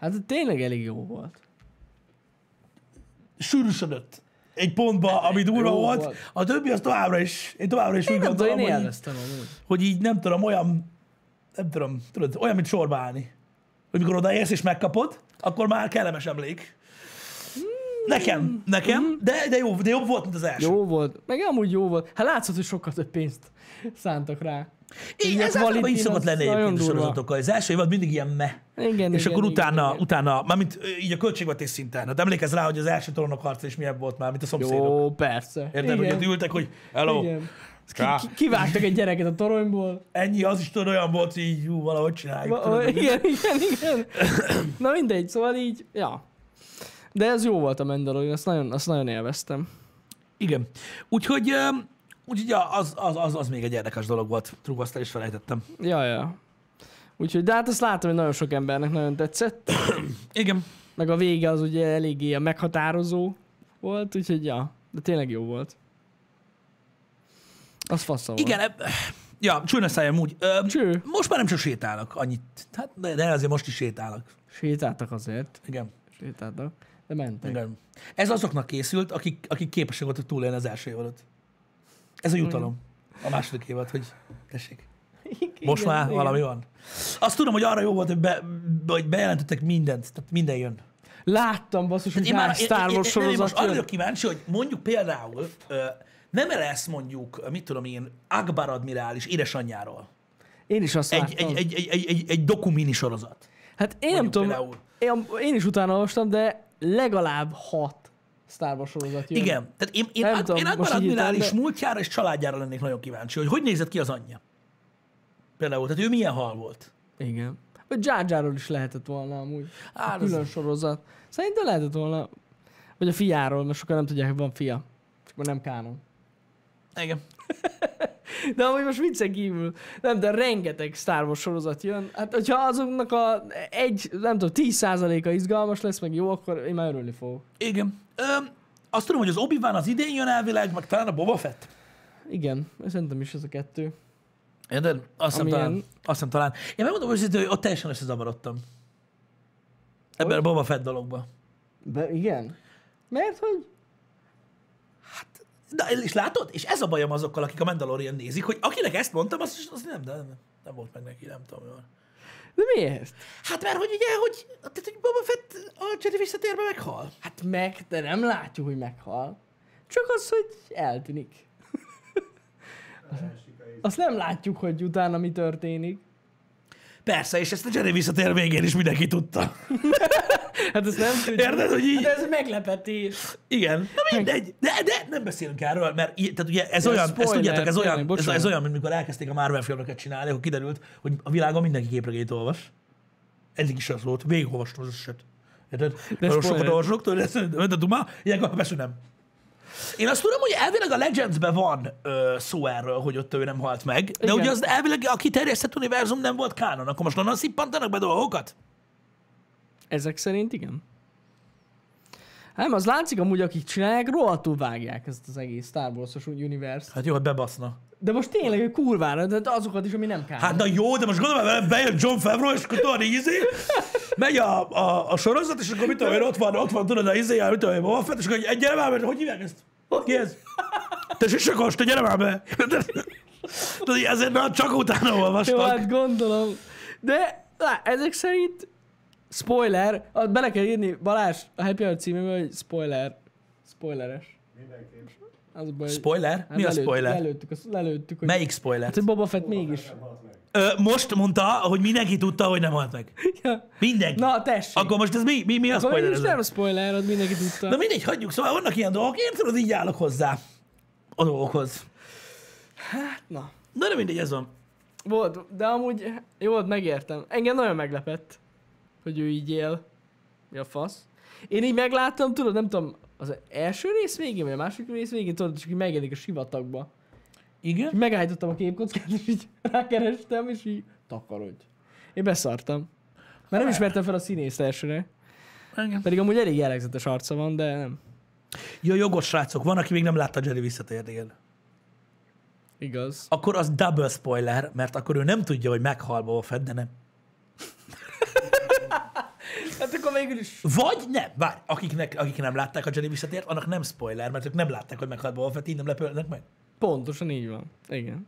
Speaker 2: Hát tényleg elég jó volt.
Speaker 1: Sűrűsödött egy pontba, ami durva
Speaker 2: Jó
Speaker 1: volt.
Speaker 2: volt.
Speaker 1: A többi az továbbra is, én továbbra is úgy
Speaker 2: Nem tudom,
Speaker 1: gondolom,
Speaker 2: én
Speaker 1: hogy, így-
Speaker 2: élveztem amúgy.
Speaker 1: hogy így nem tudom, olyan, nem tudom, tudod, olyan, mint sorba állni. Hogy mikor odaérsz és megkapod, akkor már kellemes emlék.
Speaker 2: Hmm.
Speaker 1: Nekem, nekem, de, de, jó, de jobb volt, mint az első.
Speaker 2: Jó volt. Meg amúgy jó volt. Hát látszott, hogy sokkal több pénzt szántak rá.
Speaker 1: Így,
Speaker 2: Ugye
Speaker 1: ez
Speaker 2: a
Speaker 1: általában így
Speaker 2: kvalitén
Speaker 1: szokott
Speaker 2: az
Speaker 1: lenni
Speaker 2: nagyon
Speaker 1: egyébként a
Speaker 2: durva.
Speaker 1: sorozatokkal. Az első évad mindig ilyen meh.
Speaker 2: Igen,
Speaker 1: és
Speaker 2: igen,
Speaker 1: akkor
Speaker 2: igen,
Speaker 1: utána,
Speaker 2: igen.
Speaker 1: utána, mármint ö, így a költségvetés szinten. Hát emlékezz rá, hogy az első trónok harca is milyen volt már, mint a szomszédok.
Speaker 2: Jó, persze.
Speaker 1: Érted, hogy
Speaker 2: Igen.
Speaker 1: ott ültek, hogy hello,
Speaker 2: Igen.
Speaker 1: Rá.
Speaker 2: Ki- Kivágtak egy gyereket a toronyból.
Speaker 1: ennyi, az is tudod, olyan volt, hogy így, jú, valahogy csináljuk.
Speaker 2: Va-
Speaker 1: tudod,
Speaker 2: igen, igen, igen. Na mindegy, szóval így, ja. De ez jó volt a Mandalorian, azt nagyon, azt nagyon élveztem.
Speaker 1: Igen. Úgyhogy, ö, úgyhogy az, az, az, az még egy érdekes dolog volt. True, azt el is felejtettem.
Speaker 2: Ja, ja. Úgyhogy, de hát azt látom, hogy nagyon sok embernek nagyon tetszett.
Speaker 1: Igen.
Speaker 2: Meg a vége az ugye eléggé a meghatározó volt, úgyhogy ja. De tényleg jó volt. Az faszom
Speaker 1: Igen, eb- ja, csúnya szájam úgy. Ö,
Speaker 2: Cső.
Speaker 1: Most már nem csak sétálok annyit. Hát, de, de azért most is sétálok.
Speaker 2: Sétáltak azért.
Speaker 1: Igen.
Speaker 2: Sétáltak. De mentek.
Speaker 1: Igen. Ez azoknak készült, akik, akik képesek voltak túlélni az első évadot. Ez a jutalom. A második évad, hogy tessék. Most már valami van. Azt tudom, hogy arra jó volt, hogy, be, hogy bejelentettek mindent, tehát minden jön.
Speaker 2: Láttam basszus, hogy
Speaker 1: Hát Én
Speaker 2: már Star Wars
Speaker 1: én, én, én most
Speaker 2: sorozat
Speaker 1: arra
Speaker 2: jön.
Speaker 1: vagyok kíváncsi, hogy mondjuk például ö, nem lesz mondjuk, ö, mit tudom én, Akbar admirális édesanyjáról.
Speaker 2: Én is azt
Speaker 1: Egy,
Speaker 2: láttam.
Speaker 1: egy, egy, egy, egy, egy, egy dokumini sorozat.
Speaker 2: Hát én nem
Speaker 1: Mondjuk
Speaker 2: tudom,
Speaker 1: például.
Speaker 2: én, én is utána olvastam, de legalább hat Star Wars sorozat jön.
Speaker 1: Igen. Tehát én, én,
Speaker 2: Nem
Speaker 1: Ak-
Speaker 2: tudom,
Speaker 1: én Akbar
Speaker 2: most így
Speaker 1: admirális
Speaker 2: hirtelen,
Speaker 1: múltjára és családjára lennék nagyon kíváncsi, hogy hogy nézett ki az anyja. Például, tehát ő milyen hal volt.
Speaker 2: Igen. A Jar Jarról is lehetett volna amúgy.
Speaker 1: Á,
Speaker 2: Á,
Speaker 1: de Hát az-
Speaker 2: külön sorozat. Szerintem lehetett volna. Vagy a fiáról, mert sokan nem tudják, hogy van fia. Csak már nem kánon.
Speaker 1: Igen.
Speaker 2: De amúgy most viccen kívül. Nem, de rengeteg Star Wars sorozat jön. Hát, hogyha azoknak a egy, nem tudom, 10%-a izgalmas lesz, meg jó, akkor én már örülni fogok.
Speaker 1: Igen. Öm, azt tudom, hogy az obi az idén jön elvileg, meg talán a Boba Fett.
Speaker 2: Igen, szerintem is ez a kettő.
Speaker 1: Érted? Azt hiszem
Speaker 2: Amilyen-
Speaker 1: talán. Azt hiszem talán. Én megmondom őszintén, hogy ott teljesen összezavarodtam. Ebben a Boba Fett dologban.
Speaker 2: De igen? Mert hogy?
Speaker 1: De és látod? És ez a bajom azokkal, akik a Mandalorian nézik, hogy akinek ezt mondtam, az, az nem, de nem, nem volt meg neki, nem tudom, mi van.
Speaker 2: De miért?
Speaker 1: Hát mert hogy ugye, hogy, tehát, hogy Boba Fett a Jedi visszatérve meghal.
Speaker 2: Hát meg, de nem látjuk, hogy meghal. Csak az, hogy eltűnik.
Speaker 3: Elesik a izé.
Speaker 2: Azt nem látjuk, hogy utána mi történik.
Speaker 1: Persze, és ezt a Jedi visszatér végén is mindenki tudta.
Speaker 2: Hát ezt nem tudjuk.
Speaker 1: Érted, hogy így?
Speaker 2: Hát ez meglepetés.
Speaker 1: Igen. Na mindegy. De, de nem beszélünk erről, mert i- tehát ugye ez
Speaker 2: Ja,
Speaker 1: olyan, ezt
Speaker 2: spoiler,
Speaker 1: tudjátok, ez olyan,
Speaker 2: tényleg,
Speaker 1: ez,
Speaker 2: bocsánat.
Speaker 1: ez olyan, mint mikor elkezdték a Marvel filmeket csinálni, akkor kiderült, hogy a világon mindenki képregényt olvas. Eddig is az volt, végigolvastam az összeset. Érted? Nagyon sokat
Speaker 2: spoiler.
Speaker 1: olvasok, tudod, ez ment a duma, ilyenkor persze nem. Én azt tudom, hogy elvileg a Legends-ben van ö, szó erről, hogy ott ő nem halt meg, de
Speaker 2: Igen.
Speaker 1: ugye az elvileg a kiterjesztett univerzum nem volt kánon, akkor most onnan szippantanak be dolgokat?
Speaker 2: Ezek szerint igen. Hát Nem, az látszik amúgy, akik csinálják, rohadtul vágják ezt az egész Star Wars-os univerzt.
Speaker 1: Hát jó, hogy bebaszna.
Speaker 2: De most tényleg, hogy kurvára, de hát azokat is, ami nem kár.
Speaker 1: Hát na jó, de most gondolom, velem bejön John Favreau, és akkor tudod, így izé, megy a, a, a sorozat, és akkor mit tudom én, ott van, ott van, tudod, a izé, a- mit tudom én, Boba Fett, és akkor egy gyere már, mert hogy hívják ezt? Ki ez? Te sisakos, te gyere már be! Tudod, így ezért már csak utána
Speaker 2: Jó,
Speaker 1: olvastak.
Speaker 2: hát gondolom. De lá, ezek szerint spoiler, ah, bele kell írni Balázs a Happy Hour címében, hogy spoiler, spoileres.
Speaker 3: Mindenképp.
Speaker 2: Az a baj, hogy-
Speaker 1: Spoiler?
Speaker 2: Hát
Speaker 1: Mi a
Speaker 2: lelőtt-
Speaker 1: spoiler?
Speaker 2: Lelőttük, azt lelőttük hogy,
Speaker 1: Melyik spoiler?
Speaker 2: Hát, hogy Boba Fett mégis.
Speaker 3: Nem halt meg.
Speaker 1: Ö, most mondta, hogy mindenki tudta, hogy nem halt meg.
Speaker 2: Ja.
Speaker 1: Mindenki.
Speaker 2: Na, tessék.
Speaker 1: Akkor most ez mi, mi, mi a
Speaker 2: Akkor
Speaker 1: spoiler?
Speaker 2: is
Speaker 1: ezzel?
Speaker 2: nem spoiler, az mindenki tudta.
Speaker 1: Na mindegy, hagyjuk, szóval vannak ilyen dolgok, én tudod, így állok hozzá a dolgokhoz.
Speaker 2: Hát, na.
Speaker 1: Na, de mindegy, ez van.
Speaker 2: Volt, de amúgy jó, volt, megértem. Engem nagyon meglepett, hogy ő így él. Mi a fasz? Én így megláttam, tudod, nem tudom, az első rész végén, vagy a második rész végén, tudod, csak így megjelenik a sivatagba.
Speaker 1: Igen?
Speaker 2: Így megállítottam a képkockát, és így rákerestem, és így takarodj. Én beszartam. Mert nem ismertem fel a színészt elsőre.
Speaker 1: Engem.
Speaker 2: Pedig amúgy elég jellegzetes arca van, de nem.
Speaker 1: Ja, jogos srácok, van, aki még nem látta Jerry visszatérnél.
Speaker 2: Igaz.
Speaker 1: Akkor az double spoiler, mert akkor ő nem tudja, hogy meghal Boba Fett, de nem.
Speaker 2: Hát akkor végül is...
Speaker 1: Vagy nem, várj, akiknek, akik nem látták a Jerry visszatért, annak nem spoiler, mert ők nem látták, hogy meghalt Boba Fett, így nem lepődnek meg.
Speaker 2: Pontosan így van. Igen.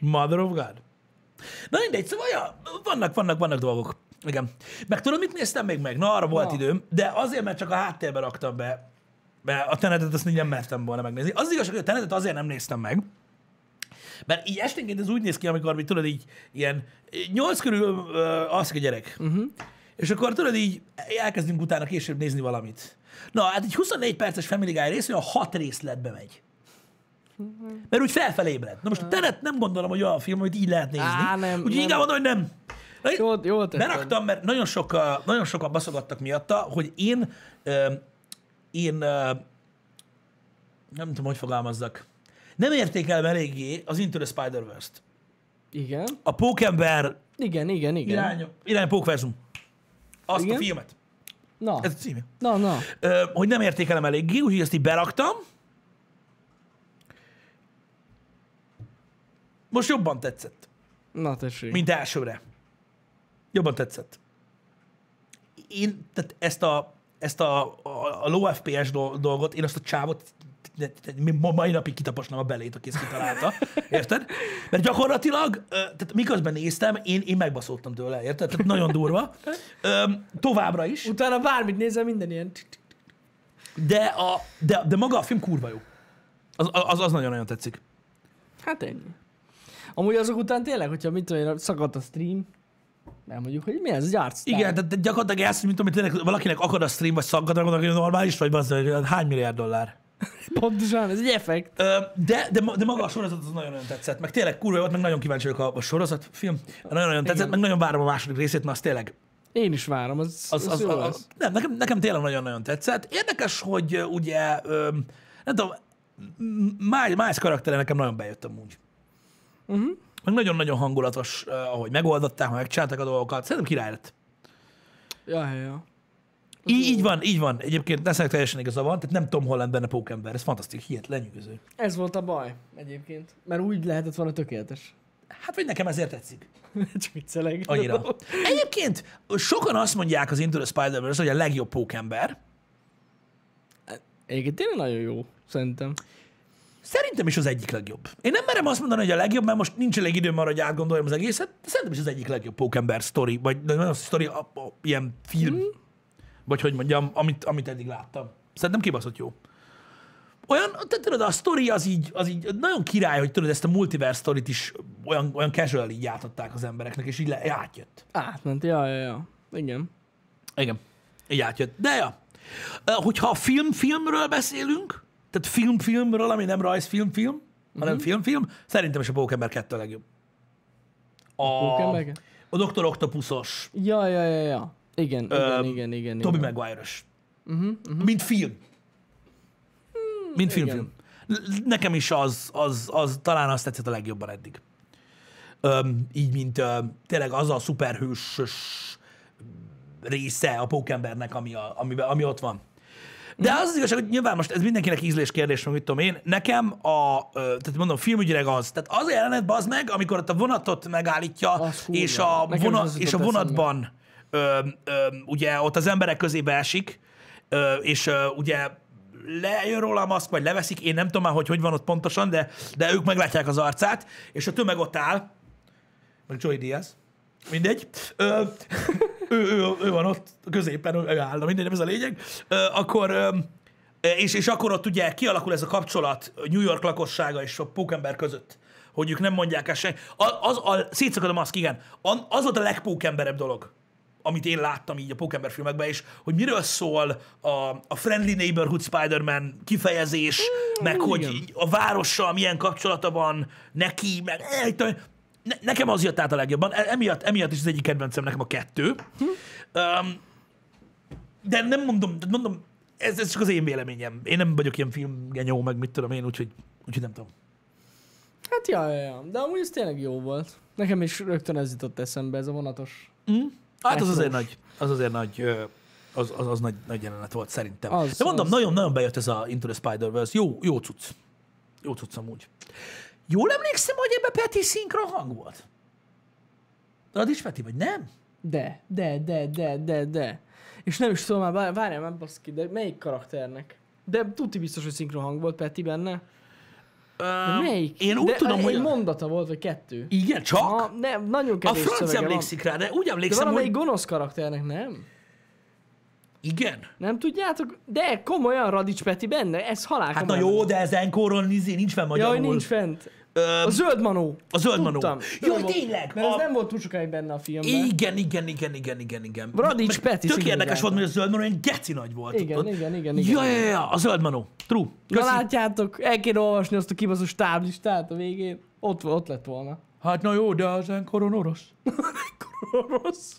Speaker 1: Mother of God. Na mindegy, szóval ja, vannak, vannak, vannak dolgok. Igen. Meg tudod, mit néztem még meg? Na, arra volt
Speaker 2: Na.
Speaker 1: időm, de azért, mert csak a háttérbe raktam be, mert a tenetet azt így nem mertem volna megnézni. Az igazság, hogy a tenetet azért nem néztem meg, mert így esténként ez úgy néz ki, amikor, mit tudod, így ilyen nyolc körül ö, alszik a gyerek.
Speaker 2: Mhm.
Speaker 1: Uh-huh. És akkor tudod, így elkezdünk utána később nézni valamit. Na, hát egy 24 perces Family Guy rész, olyan hat részletbe megy.
Speaker 2: Mhm.
Speaker 1: Mert úgy felfelé ébred. Na most a Tenet nem gondolom, hogy olyan film, amit így lehet nézni.
Speaker 2: Á, nem,
Speaker 1: Úgyhogy
Speaker 2: nem.
Speaker 1: inkább mondom, hogy nem. Na, én-
Speaker 2: Jó, jó tetted.
Speaker 1: Beraktam, mert nagyon, sok, ö, nagyon sokan baszogattak miatta, hogy én, ö, én ö, nem tudom, hogy fogalmazzak. Nem értékelem eléggé az Into the Spider-Verse-t.
Speaker 2: Igen.
Speaker 1: A Pókember
Speaker 2: Igen, igen, igen.
Speaker 1: irány, irány Pókverzum. Azt Igen?
Speaker 2: Igen?
Speaker 1: a filmet.
Speaker 2: Na,
Speaker 1: Ez a címe.
Speaker 2: na, na.
Speaker 1: Ö, hogy nem értékelem eléggé, úgyhogy ezt így beraktam. Most jobban tetszett,
Speaker 2: Na, tessék.
Speaker 1: mint elsőre. Jobban tetszett. Én tehát ezt a, ezt a, a, a low FPS dol- dolgot, én azt a csávot de- de- de- ma- mai napig kitaposnám a belét, aki ezt kitalálta. Érted? Mert gyakorlatilag, ö, tehát miközben néztem, én, én megbaszódtam tőle, érted? Tehát nagyon durva. Öm, továbbra is.
Speaker 2: Utána bármit nézel, minden ilyen...
Speaker 1: De, a, de, de maga a film kurva jó. Az, az, az nagyon-nagyon tetszik.
Speaker 2: Hát ennyi. Amúgy azok után tényleg, hogyha mit tudom, én, szakadt a stream, nem mondjuk, hogy mi ez, egy art style.
Speaker 1: Igen, de, de gyakorlatilag ezt, mint amit tényleg valakinek akad a stream, vagy szaggad, meg gondolok, hogy normális vagy, bazd, meg, hány milliárd dollár.
Speaker 2: *laughs* Pontosan, ez egy effekt.
Speaker 1: Ö, De, de, ma- de maga a sorozat az nagyon-nagyon tetszett, meg tényleg kurva jó, volt, meg nagyon kíváncsi vagyok a, a sorozat film. Nagyon-nagyon tetszett,
Speaker 2: Igen.
Speaker 1: meg nagyon várom a második részét, mert az tényleg
Speaker 2: Én is várom, az,
Speaker 1: az, az, az,
Speaker 2: jó
Speaker 1: az,
Speaker 2: lesz.
Speaker 1: az, nem, nekem, nekem tényleg nagyon-nagyon tetszett. Érdekes, hogy ö, ugye, ö, nem tudom, m- más, más karaktere nekem nagyon bejött amúgy. Uh-huh.
Speaker 2: Mhm.
Speaker 1: Meg nagyon-nagyon hangulatos, ö, ahogy megoldották, meg megcsinálták a dolgokat. Szerintem király lett.
Speaker 2: Ja, ja, ja.
Speaker 1: Így, így van, így van. Egyébként Nesnek teljesen igaza van, tehát nem Tom Holland benne pókember. Ez fantasztik, hihet, lenyűgöző.
Speaker 2: Ez volt a baj egyébként. Mert úgy lehetett volna tökéletes. *laughs*
Speaker 1: Hát vagy nekem ezért tetszik.
Speaker 2: Csak viccelek.
Speaker 1: Annyira. Egyébként sokan azt mondják az Into the Spider-Verse, hogy a legjobb pókember.
Speaker 2: *laughs* Egyébként tényleg nagyon jó, szerintem.
Speaker 1: Szerintem is az egyik legjobb. Én nem merem azt mondani, hogy a legjobb, mert most nincs elég időm arra, hogy átgondoljam az egészet, de szerintem is az egyik legjobb pókember sztori, vagy nem az sztori, a, a, ilyen film, vagy hogy mondjam, amit, amit eddig láttam. Szerintem kibaszott jó. Olyan, tehát tudod, a sztori az így, az így nagyon király, hogy tudod, ezt a multiverse sztorit is olyan, olyan casual így átadták az embereknek, és így le, átjött.
Speaker 2: Átment, ja, ja, ja. Igen.
Speaker 1: Igen. Így átjött. De ja, Ö, hogyha a film-filmről beszélünk, tehát film-filmről, ami nem rajzfilm-film, hanem film-film, szerintem is a Pókember 2 a legjobb. A,
Speaker 2: Pókemberke?
Speaker 1: a Dr. Octopusos,
Speaker 2: Ja, ja, ja, ja. Igen, igen, igen, igen.
Speaker 1: Tobey
Speaker 2: igen.
Speaker 1: Maguire-ös. Mhm, Mint film. Mint film-film. L- Nekem is az, az, az, talán azt tetszett a legjobban eddig. Öm, így, mint öm, tényleg az a szuperhősös része a pókembernek, ami, a, ami, ami ott van. De az az igazság, hogy nyilván most ez mindenkinek ízlés kérdés, meg mit tudom én. Nekem a, ö, tehát mondom, filmügyileg az. Tehát az a jelenet, az meg, amikor ott a vonatot megállítja,
Speaker 2: Az kurva.
Speaker 1: és a,
Speaker 2: Nekem is
Speaker 1: vona,
Speaker 2: az jutott
Speaker 1: és a
Speaker 2: eszembe.
Speaker 1: vonatban ö, ö, ugye ott az emberek közébe esik, ö, és ö, ugye lejön róla a maszk, vagy leveszik, én nem tudom már, hogy hogy van ott pontosan, de, de ők meglátják az arcát, és a tömeg ott áll, meg Joey Diaz, mindegy, ö, ő, ő, ő van ott középen, ő ő állna, mindegy, nem ez a lényeg, ö, akkor, ö, és, és akkor ott ugye kialakul ez a kapcsolat New York lakossága és a pókember között, hogy ők nem mondják el se. Az, az a, szétszakad a maszk, igen. An- Az volt a legpókemberebb dolog amit én láttam így a Pókember filmekben is, hogy miről szól a, a Friendly Neighborhood Spider-Man kifejezés, meg hogy így a várossal milyen kapcsolata van neki, meg eh, itt, ne, nekem az jött át a legjobban, E- emiatt, emiatt is az egyik kedvencem nekem a kettő. Um, de nem mondom, tehát mondom, ez, ez csak az én véleményem. Én nem vagyok ilyen filmgenyó, meg mit tudom én, úgyhogy, úgyhogy nem tudom.
Speaker 2: Hát ja, ja, ja, de amúgy ez tényleg jó volt. Nekem is rögtön ez jutott eszembe, ez a vonatos.
Speaker 1: Hát az
Speaker 2: Metrós.
Speaker 1: azért nagy, az azért nagy, ö, az, az, az nagy, nagy jelenet volt szerintem.
Speaker 2: Az-
Speaker 1: Az, De mondom,
Speaker 2: az.
Speaker 1: nagyon-nagyon bejött ez a Into the Spider-Verse. Jó, jó cucc. Jó cucc amúgy. Jól emlékszem, hogy ebbe Peti szinkron hang volt? Tudod is, Peti, vagy nem?
Speaker 2: De, de, de, de, de, de. És nem is tudom már, vár- várjál már baszki, de melyik karakternek? De tuti biztos, hogy szinkron hang volt Peti benne. De
Speaker 1: Ö,
Speaker 2: melyik?
Speaker 1: Én úgy
Speaker 2: de,
Speaker 1: tudom,
Speaker 2: egy
Speaker 1: hogy...
Speaker 2: mondata volt, vagy kettő.
Speaker 1: Igen, csak?
Speaker 2: A, nem, nagyon
Speaker 1: a
Speaker 2: kevés
Speaker 1: franc
Speaker 2: szövege van.
Speaker 1: emlékszik rá, de úgy
Speaker 2: De
Speaker 1: emlékszem,
Speaker 2: valamelyik
Speaker 1: hogy...
Speaker 2: gonosz karakternek, nem?
Speaker 1: Igen. Hát
Speaker 2: Nem tudjátok? De komolyan Radics Peti benne, ez halál.
Speaker 1: Hát na
Speaker 2: komolyan.
Speaker 1: jó, de ez enkorról izé nincs fenn
Speaker 2: Ja,
Speaker 1: magyarul.
Speaker 2: hogy nincs fent.
Speaker 1: Ö,
Speaker 2: A zöld manó.
Speaker 1: a zöld manó.
Speaker 2: Tudtam.
Speaker 1: Jaj,
Speaker 2: Nem volt-
Speaker 1: tényleg!
Speaker 2: Mert
Speaker 1: a-
Speaker 2: ez nem volt túl sokáig benne a filmben.
Speaker 1: Igen, igen, igen, igen, igen, igen.
Speaker 2: Bradics
Speaker 1: Meg
Speaker 2: Peti
Speaker 1: Tök
Speaker 2: színű
Speaker 1: érdekes
Speaker 2: játék.
Speaker 1: volt, mert a zöld manó olyan geci nagy volt.
Speaker 2: Igen,
Speaker 1: tudod?
Speaker 2: igen, igen, igen.
Speaker 1: Ja, ja, ja, a zöld manó. True.
Speaker 2: Na hát-
Speaker 1: Köszi.
Speaker 2: látjátok, el kéne olvasni azt a kibaszott stáblistát a végén. Ott, ott lett volna.
Speaker 1: Hát na jó, de az enkoron orosz.
Speaker 2: Rossz.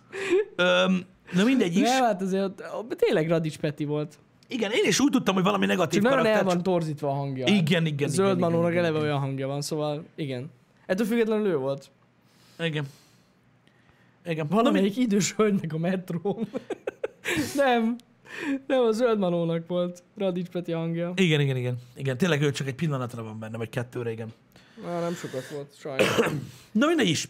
Speaker 1: Öm, na mindegy is.
Speaker 2: Nem, hát azért ott, ott tényleg Radics Peti volt.
Speaker 1: Igen, én is úgy tudtam, hogy valami negatív
Speaker 2: Csak nagyon el
Speaker 1: karakter.
Speaker 2: van torzítva a hangja.
Speaker 1: Igen, igen, igen.
Speaker 2: Zöld
Speaker 1: igen,
Speaker 2: manónak
Speaker 1: igen,
Speaker 2: eleve
Speaker 1: igen.
Speaker 2: olyan hangja van, szóval igen. Ettől függetlenül ő volt.
Speaker 1: Igen. Igen. Na,
Speaker 2: Valamelyik idős hölgynek a
Speaker 1: *laughs*
Speaker 2: metrón. nem. Nem, a zöld manónak volt Radics Peti hangja.
Speaker 1: mi- igen, igen, igen, igen. Tényleg ő csak egy pillanatra van benne, vagy kettőre, igen.
Speaker 2: Már nem sokat volt, sajnos.
Speaker 1: Na mindegy is.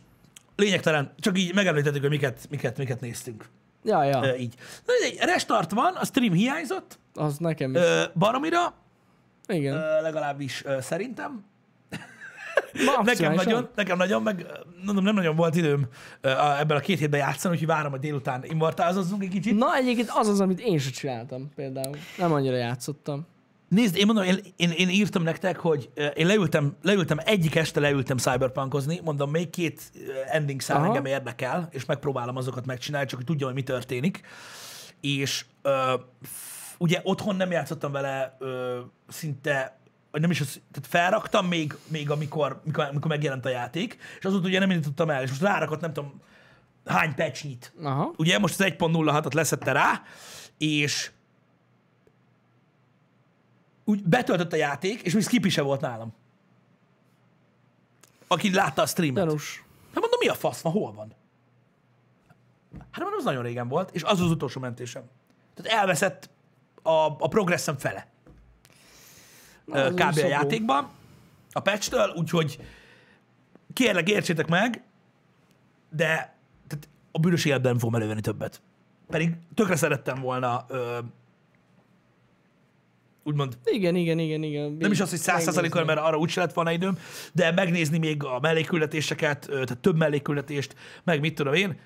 Speaker 1: Lényegtelen. Csak így megemlítettük, hogy miket, miket, miket néztünk.
Speaker 2: ja,
Speaker 1: Ö,
Speaker 2: ja,
Speaker 1: így. Na mindegy, restart van, a stream hiányzott,
Speaker 2: az nekem is.
Speaker 1: ö, baromira,
Speaker 2: Igen.
Speaker 1: Ö, legalábbis ö, szerintem.
Speaker 2: Ma
Speaker 1: Nekem
Speaker 2: aktuálisan?
Speaker 1: nagyon, nekem nagyon, meg ö, mondom, nem nagyon volt időm ö, a- ebben a két hétben játszani, úgyhogy várom, hogy délután imortázozzunk egy kicsit.
Speaker 2: Na egyébként az az, amit én se csináltam például. Nem annyira játszottam.
Speaker 1: Nézd, én mondom, én, én, én írtam nektek, hogy ö, én leültem, leültem egyik este leültem cyberpunkozni, mondom, még két ö, ending szám
Speaker 2: Aha.
Speaker 1: engem érdekel, és megpróbálom azokat megcsinálni, csak hogy tudjam, hogy mi történik. És ö, f- ugye otthon nem játszottam vele ö, szinte, vagy nem is, az, tehát felraktam még, még amikor, mikor, mikor megjelent a játék, és azóta ugye nem indítottam el, és most rárakott nem tudom hány pecsnyit
Speaker 2: Aha.
Speaker 1: ugye most az 1.06-at leszette rá, és úgy betöltött a játék, és még skipi se volt nálam. Aki látta a streamet. Hát
Speaker 2: Gyanús.
Speaker 1: mondom, mi a fasz van, hol van? Hát mondom, az nagyon régen volt, és az az utolsó mentésem. Tehát elveszett a, a progresszem fele
Speaker 2: az
Speaker 1: ö,
Speaker 2: úgy
Speaker 1: kb. a
Speaker 2: szopó.
Speaker 1: játékban, a patchtől, úgyhogy kérlek, értsétek meg, de tehát a bűnös életben nem fogom elővenni többet. Pedig tökre szerettem volna ö, úgymond
Speaker 2: Igen, igen, igen, igen.
Speaker 1: nem is az, hogy száz százalékkal, mert arra úgyse lett volna időm, de megnézni még a mellékületéseket, ö, tehát több mellékületést, meg mit tudom én.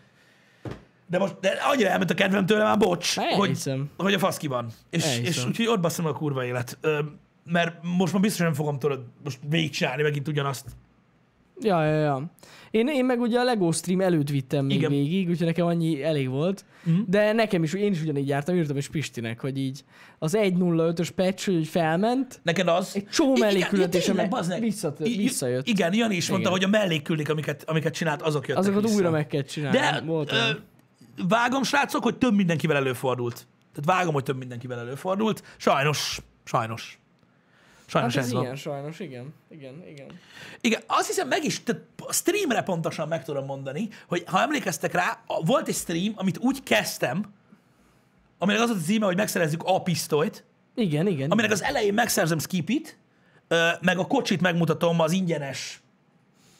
Speaker 1: De most de annyira elment a kedvem tőle, már bocs,
Speaker 2: Hát
Speaker 1: hogy,
Speaker 2: elhiszem.
Speaker 1: hogy a fasz ki van. És,
Speaker 2: Elhiszem.
Speaker 1: és úgyhogy ott basszom a kurva élet. Ö, mert most már biztos nem fogom tudod most végigcsinálni megint ugyanazt.
Speaker 2: Ja, ja, ja. Én, én meg ugye a LEGO stream előtt vittem még
Speaker 1: Igen. Mhm.
Speaker 2: végig, úgyhogy nekem annyi elég volt. De nekem is, én is ugyanígy jártam, írtam is Pistinek, hogy így az 1.05-ös patch, hogy felment,
Speaker 1: Neked az...
Speaker 2: Egy csomó
Speaker 1: Igen,
Speaker 2: mellékületése
Speaker 1: tényleg,
Speaker 2: meg-
Speaker 1: bazdmeg.
Speaker 2: visszat-
Speaker 1: I- i-
Speaker 2: visszajött.
Speaker 1: Igen, Jani is mondta,
Speaker 2: Igen.
Speaker 1: hogy a mellékülik, amiket, amiket csinált, azok jöttek
Speaker 2: azokat
Speaker 1: vissza.
Speaker 2: újra meg kell csinálni.
Speaker 1: De
Speaker 2: Volt
Speaker 1: ö,
Speaker 2: olyan.
Speaker 1: vágom, srácok, hogy több mindenkivel előfordult. Tehát vágom, hogy több mindenkivel előfordult. Sajnos, sajnos.
Speaker 2: hát
Speaker 1: Sajnos
Speaker 2: ez
Speaker 1: ez van.
Speaker 2: ilyen sajnos, igen. Igen, igen.
Speaker 1: Igen, azt hiszem meg is, tehát a streamre pontosan meg tudom mondani, hogy ha emlékeztek rá, a- volt egy stream, amit úgy kezdtem, aminek az volt a címe, hogy megszerezzük a pisztolyt,
Speaker 2: Igen, igen.
Speaker 1: aminek az elején megszerzem skipit, ö, meg a kocsit megmutatom az ingyenes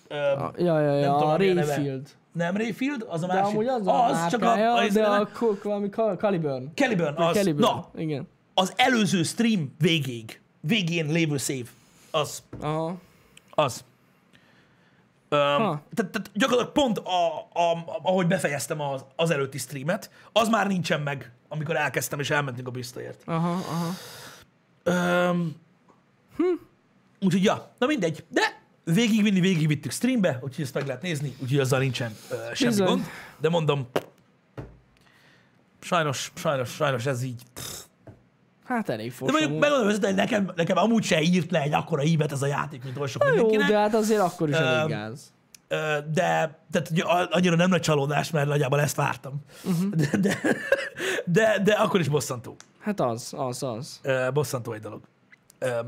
Speaker 1: ö,
Speaker 2: A- Ja, ja, ja,
Speaker 1: Nem tudom,
Speaker 2: a
Speaker 1: mi a neve.
Speaker 2: Rayfield.
Speaker 1: nem Rayfield, az a
Speaker 2: De
Speaker 1: másik.
Speaker 2: amúgy az, a
Speaker 1: az csak a,
Speaker 2: márkája,
Speaker 1: az
Speaker 2: de a Coke valami Cal- Caliburn.
Speaker 1: Caliburn, az,
Speaker 2: Caliburn.
Speaker 1: na,
Speaker 2: Igen.
Speaker 1: az előző stream végéig, végén lévő szév. Az,
Speaker 2: Aha.
Speaker 1: az. Öm,
Speaker 2: Ha.
Speaker 1: tehát, tehát gyakorlatilag pont a, a, ahogy befejeztem az, az előtti streamet, az már nincsen meg, amikor elkezdtem és elmentünk a biztoért.
Speaker 2: Aha, aha.
Speaker 1: Öm, Úgyhogy ja, na mindegy, de végigvinni, végigvittük streambe, úgyhogy ezt meg lehet nézni, úgyhogy azzal nincsen ö, semmi
Speaker 2: Bizony.
Speaker 1: gond. De mondom, Sajnos, sajnos, sajnos ez így.
Speaker 2: Hát elég
Speaker 1: De
Speaker 2: fos.
Speaker 1: mondjuk
Speaker 2: amúgy.
Speaker 1: megmondom őszintén, hogy nekem, nekem amúgy se írt le egy akkora ívet ez a játék, mint oly sok
Speaker 2: Na Jó,
Speaker 1: mindenkinek.
Speaker 2: de hát azért akkor is elég
Speaker 1: Öm,
Speaker 2: gáz.
Speaker 1: Ö, de tehát ugye a- annyira nem nagy csalódás, mert nagyjából ezt vártam.
Speaker 2: Mhm.
Speaker 1: De, de, de, de akkor is bosszantó.
Speaker 2: Hát az, az, az.
Speaker 1: Ö, Bosszantó egy dolog. Ö,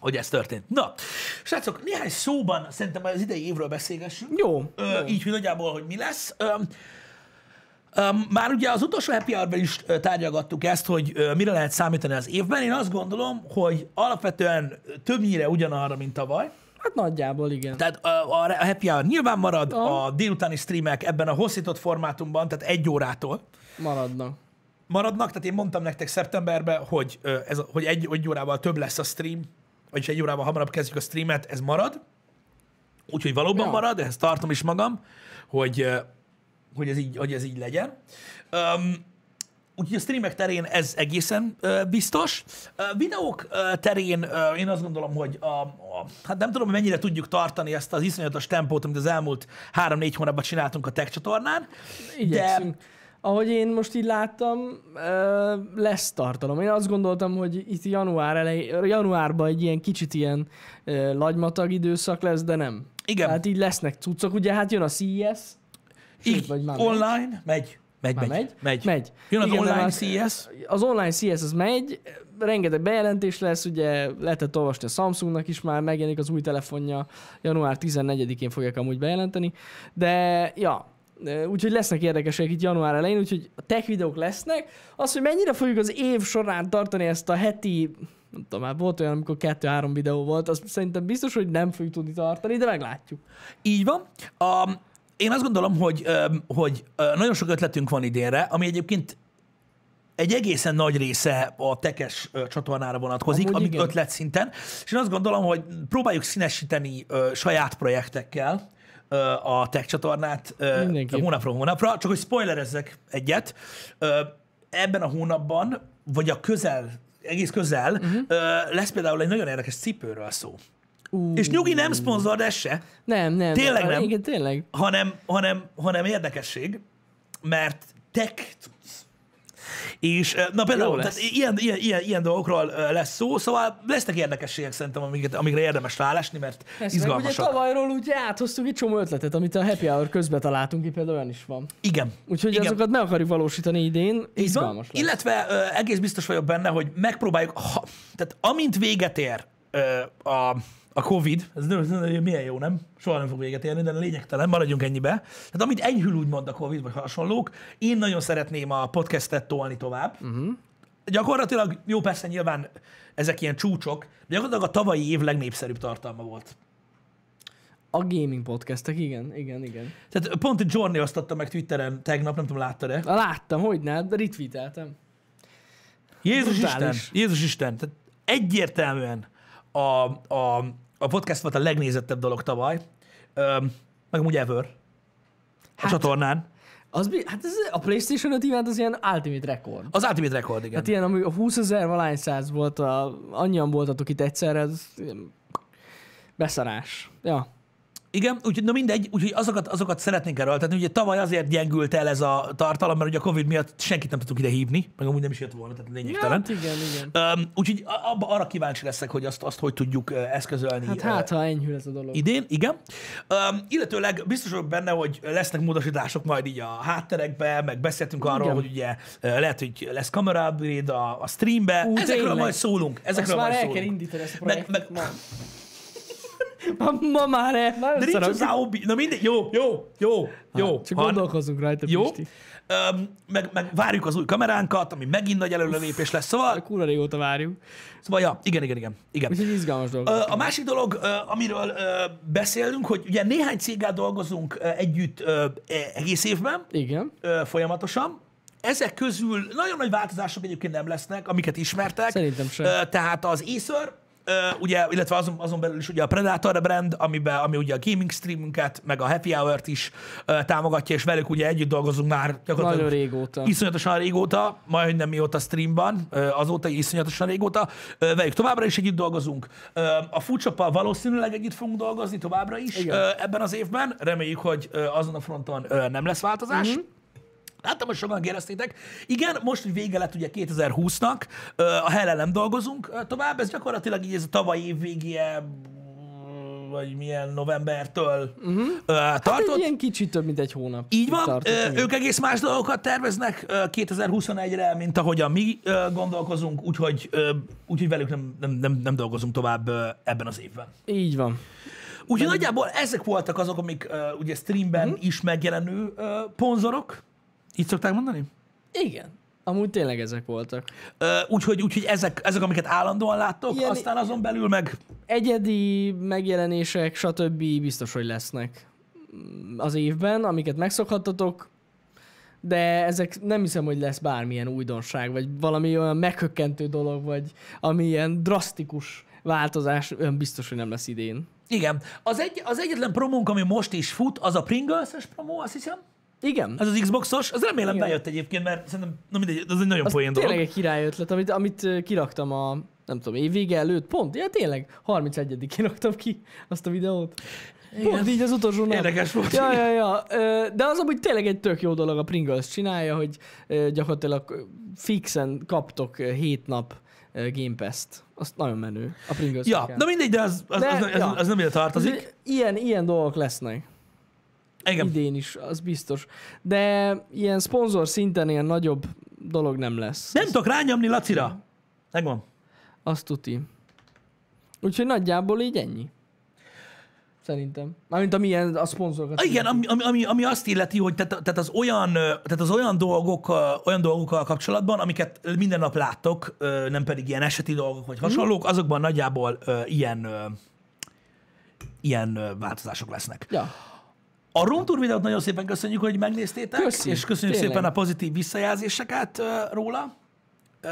Speaker 1: Hogy ez történt. Na, srácok, néhány szóban szerintem az idei évről beszélgessünk.
Speaker 2: Jó.
Speaker 1: Ö, így, hogy nagyjából, hogy mi lesz. Öm, öm, már ugye az utolsó happy hour is ö, tárgyalgattuk ezt, hogy ö, mire lehet számítani az évben. Én azt gondolom, hogy alapvetően többnyire ugyanarra, mint tavaly.
Speaker 2: Hát nagyjából igen.
Speaker 1: Tehát a, a a happy hour nyilván marad,
Speaker 2: Aha.
Speaker 1: a délutáni streamek ebben a hosszított formátumban, tehát egy órától
Speaker 2: Maradnak.
Speaker 1: maradnak. Tehát én mondtam nektek szeptemberben, hogy, ö, ez, a- hogy egy, egy órával több lesz a stream, vagyis egy órával hamarabb kezdjük a streamet, ez marad. Úgyhogy valóban
Speaker 2: Ja.
Speaker 1: marad, ehhez tartom is magam, hogy, ö, hogy, ez, így, hogy ez így legyen. Um, Úgyhogy a streamek terén ez egészen ö, biztos. Ö, videók ö, terén ö, én azt gondolom, hogy a, a, hát nem tudom, hogy mennyire tudjuk tartani ezt az iszonyatos tempót, amit az elmúlt három-négy hónapban csináltunk a tech csatornán.
Speaker 2: Igyekszünk. Ahogy én most így láttam, ö, lesz tartalom. Én azt gondoltam, hogy itt január elej, januárban egy ilyen kicsit ilyen ö, lagymatag időszak lesz, de nem.
Speaker 1: Igen.
Speaker 2: Tehát így lesznek cuccok. Ugye hát jön a CES. Sőt,
Speaker 1: Így,
Speaker 2: vagy már megy.
Speaker 1: online, megy. Megy,
Speaker 2: Már
Speaker 1: megy, megy, megy.
Speaker 2: Megy.
Speaker 1: Jön az
Speaker 2: Igen, de
Speaker 1: online E
Speaker 2: már-
Speaker 1: CES.
Speaker 2: Az online CES az megy, rengeteg bejelentés lesz, ugye lehetett olvasni a Samsungnak is már, megjelenik az új telefonja, január 14-én fogják amúgy bejelenteni, de ja, ö, úgyhogy lesznek érdekesek itt január elején, úgyhogy a tech videók lesznek. Az, hogy mennyire fogjuk az év során tartani ezt a heti, nem tudom, már volt olyan, amikor kettő-három videó volt, azt szerintem biztos, hogy nem fogjuk tudni tartani, de meglátjuk.
Speaker 1: Így van. A, én azt gondolom, hogy, öm, hogy ö, nagyon sok ötletünk van idénre, ami egyébként egy egészen nagy része a tekes ö, csatornára vonatkozik,
Speaker 2: Amúgy
Speaker 1: Amúgy amit
Speaker 2: igen.
Speaker 1: igen. ötlet szinten. És én azt gondolom, hogy próbáljuk színesíteni ö, saját projektekkel ö, a tech csatornát ö,
Speaker 2: Mindenképp.
Speaker 1: hónapról hónapra. Csak hogy spoilerezzek egyet, ö, ebben a hónapban, vagy a közel, egész közel,
Speaker 2: Mhm.
Speaker 1: uh-huh. ö, lesz például egy nagyon érdekes cipőről szó.
Speaker 2: Ú.
Speaker 1: És nyugi nem szponzor, de se
Speaker 2: Nem, nem.
Speaker 1: Tényleg nem?
Speaker 2: Igen, tényleg.
Speaker 1: hanem, hanem, hanem érdekesség, mert tech cucc. És eh, na
Speaker 2: Jó
Speaker 1: például,
Speaker 2: lesz.
Speaker 1: tehát ilyen, ilyen, ilyen, ilyen dolgokról eh, lesz szó, szóval lesznek érdekességek szerintem, amiket, amikre érdemes rálásni, mert
Speaker 2: Persze, meg ugye
Speaker 1: izgalmasak.
Speaker 2: tavalyról úgy áthoztuk egy csomó ötletet, amit a happy hour közben találtunk, itt például olyan is van.
Speaker 1: Igen.
Speaker 2: Úgyhogy
Speaker 1: Igen.
Speaker 2: Igen. azokat meg akarjuk valósítani
Speaker 1: Így
Speaker 2: idén,
Speaker 1: van.
Speaker 2: izgalmas lesz.
Speaker 1: Illetve ö, egész biztos vagyok benne, hogy megpróbáljuk, ha, tehát amint véget ér ö, a, a Covid, ez nem, nem, nem, milyen jó, nem? Soha nem fog véget érni, de lényegtelen, maradjunk ennyibe. Tehát amint enyhül úgymond a Covid, vagy hasonlók, én nagyon szeretném a podcastet tolni tovább.
Speaker 2: Mhm.
Speaker 1: Uh-huh. Gyakorlatilag, jó persze nyilván ezek ilyen csúcsok, de gyakorlatilag a tavalyi év legnépszerűbb tartalma volt.
Speaker 2: A gaming podcastek, igen, igen, igen.
Speaker 1: Tehát pont egy Journey osztotta meg Twitteren tegnap, nem tudom, láttad-e?
Speaker 2: Na, Láttam, hogy ne, de retweeteltem.
Speaker 1: Jézus Isten,
Speaker 2: Brutális.
Speaker 1: Jézus Isten, tehát egyértelműen a, a, a podcast volt a legnézettebb dolog tavaly, Öm, meg úgy ever, a
Speaker 2: Hát-
Speaker 1: csatornán.
Speaker 2: Az, mi- hát ez, a PlayStation 5 event az ilyen ultimate rekord.
Speaker 1: Az Ultimate Record, igen.
Speaker 2: Hát ilyen, ami a 20 ezer valány száz volt, a, annyian voltatok itt egyszerre, ez ilyen beszarás. Ja,
Speaker 1: Igen, úgyhogy na mindegy, úgyhogy azokat, azokat szeretnénk erőltetni. Ugye tavaly azért gyengült el ez a tartalom, mert ugye a Covid miatt senkit nem tudtuk ide hívni, meg amúgy nem is jött volna, tehát lényegtelen.
Speaker 2: Hát igen, igen.
Speaker 1: Öm, úgyhogy a- abba arra kíváncsi leszek, hogy azt, azt hogy tudjuk ö, eszközölni.
Speaker 2: Hát,
Speaker 1: ö,
Speaker 2: hát ha enyhül ez a dolog.
Speaker 1: Idén, igen. Um, illetőleg biztos vagyok benne, hogy lesznek módosítások majd így a hátterekbe, meg beszéltünk arról,
Speaker 2: Igen.
Speaker 1: hogy ugye ö, lehet, hogy lesz kamera upgrade a, a streambe.
Speaker 2: Ú,
Speaker 1: Ezekről
Speaker 2: tényleg.
Speaker 1: majd szólunk.
Speaker 2: Ezt
Speaker 1: Ezekről
Speaker 2: már
Speaker 1: majd
Speaker 2: el kell
Speaker 1: szólunk.
Speaker 2: indítani ezt a
Speaker 1: Meg-
Speaker 2: projektet. Meg, ma. ma, ma már el. Nagyon
Speaker 1: De nincs
Speaker 2: szarok.
Speaker 1: hozzá obi. Na mindegy, jó, jó, jó, jó.
Speaker 2: Ah, Csak
Speaker 1: Han-
Speaker 2: gondolkozunk rajta,
Speaker 1: jó.
Speaker 2: Pisti.
Speaker 1: Um, meg, meg, várjuk az új kameránkat, ami megint nagy előrelépés lesz. Szóval,
Speaker 2: Kúra régóta várjuk.
Speaker 1: szóval ja, igen, igen, igen. igen.
Speaker 2: Úgyhogy izgalmas dolog.
Speaker 1: Ö, A másik dolog, ö, amiről ö, beszélünk, hogy ugye néhány céggel dolgozunk ö, együtt ö, e- egész évben,
Speaker 2: Igen.
Speaker 1: ö, folyamatosan. Ezek közül nagyon nagy változások egyébként nem lesznek, amiket ismertek.
Speaker 2: Szerintem sem.
Speaker 1: Ö, Tehát az Acer, ö, ugye, illetve azon, azon belül is ugye a Predator brand, amiben, ami ugye a gaming streamünket, meg a happy hour-t is ö, támogatja, és velük ugye együtt dolgozunk már gyakorlatilag
Speaker 2: Nagyon régóta.
Speaker 1: Iszonyatosan régóta, majd nem mióta streamban, ö, azóta iszonyatosan régóta. Ö, Velük továbbra is együtt dolgozunk. Ö, A Foodshop-pal valószínűleg együtt fogunk dolgozni továbbra is
Speaker 2: Igen. Mhm.
Speaker 1: ö, ebben az évben. Reméljük, hogy ö, azon a fronton ö, nem lesz változás. Láttam, hogy sokan kérdeztétek. Igen, most, hogy vége lett ugye 2020-nak, ö, a hellel nem dolgozunk ö, tovább, ez gyakorlatilag így ez a tavalyi év végéje, mm, vagy milyen novembertől uh-huh. tartott.
Speaker 2: Hát egy ilyen kicsit több, mint egy hónap.
Speaker 1: Így van,
Speaker 2: tartott,
Speaker 1: ö,
Speaker 2: igen.
Speaker 1: ők egész más dolgokat terveznek ö, 2021-re, mint ahogyan mi ö, gondolkozunk, úgyhogy, ö, úgyhogy velük nem, nem, nem, nem dolgozunk tovább ö, ebben az évben.
Speaker 2: Így van.
Speaker 1: Úgyhogy nagyjából ezek voltak azok, amik ö, ugye
Speaker 2: Mhm.
Speaker 1: streamben is megjelenő ö, ponzorok. Így szokták mondani?
Speaker 2: Igen. Amúgy tényleg ezek voltak.
Speaker 1: Ö, Úgyhogy, úgyhogy ezek, ezek, amiket állandóan láttok,
Speaker 2: Ilyen-
Speaker 1: aztán azon belül meg
Speaker 2: Egyedi megjelenések, stb. biztos, hogy lesznek mm, az évben, amiket megszokhattatok, de ezek nem hiszem, hogy lesz bármilyen újdonság, vagy valami olyan meghökkentő dolog, vagy ami ilyen drasztikus változás, olyan biztos, hogy nem lesz idén.
Speaker 1: igen. Az, egy, az egyetlen promónk, ami most is fut, az a Pringles-es promó, azt hiszem.
Speaker 2: Igen.
Speaker 1: Ez az Xboxos. Az remélem
Speaker 2: Igen.
Speaker 1: bejött egyébként, mert szerintem, na mindegy, az egy nagyon
Speaker 2: Az
Speaker 1: poén
Speaker 2: tényleg
Speaker 1: dolog.
Speaker 2: egy király ötlet, amit, amit ö, kiraktam a nem tudom, évvége előtt, pont, ja tényleg, 31-én raktam ki azt a videót. Igen. Pont így az utolsó nap.
Speaker 1: Érdekes volt.
Speaker 2: Ja, ja, ja. Ö, De az amúgy tényleg egy tök jó dolog a Pringles csinálja, hogy ö, gyakorlatilag ö, fixen kaptok 7 nap ö, Game Pass-t. Azt nagyon menő. A Pringles
Speaker 1: *laughs* Ja, na mindegy, de az, az,
Speaker 2: De-
Speaker 1: az, az,
Speaker 2: ja.
Speaker 1: az nem ide tartozik.
Speaker 2: Ilyen, ilyen dolgok lesznek.
Speaker 1: Igen.
Speaker 2: Idén is, az biztos. De ilyen szponzor szinten ilyen nagyobb dolog nem lesz.
Speaker 1: Nem tudok rányomni Lacira. Megvan.
Speaker 2: Azt tuti. Úgyhogy nagyjából így ennyi. Szerintem. Mármint amilyen a szponzorokat.
Speaker 1: Igen, ami, ami- ami, ami, azt illeti, hogy tehát, tehát az olyan, ö, tehát az olyan, dolgok, ö, olyan dolgokkal kapcsolatban, amiket minden nap láttok, ö, nem pedig ilyen eseti dolgok
Speaker 2: Mhm.
Speaker 1: vagy hasonlók, azokban nagyjából ö, ilyen, ö, ilyen ö, változások lesznek.
Speaker 2: Ja.
Speaker 1: A Room Tour videót nagyon szépen köszönjük, hogy megnéztétek,
Speaker 2: Köszi,
Speaker 1: és köszönjük
Speaker 2: tényleg.
Speaker 1: szépen a pozitív visszajelzéseket ö, róla. Ö,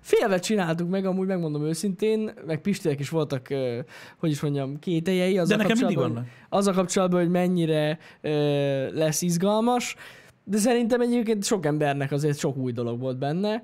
Speaker 2: Félve csináltuk meg, amúgy megmondom őszintén, meg Pistiek is voltak, ö, hogy is mondjam, kételjei. Az
Speaker 1: De nekem mindig vannak.
Speaker 2: Az a kapcsolatban, hogy mennyire ö, lesz izgalmas, de szerintem egyébként sok embernek azért sok új dolog volt benne,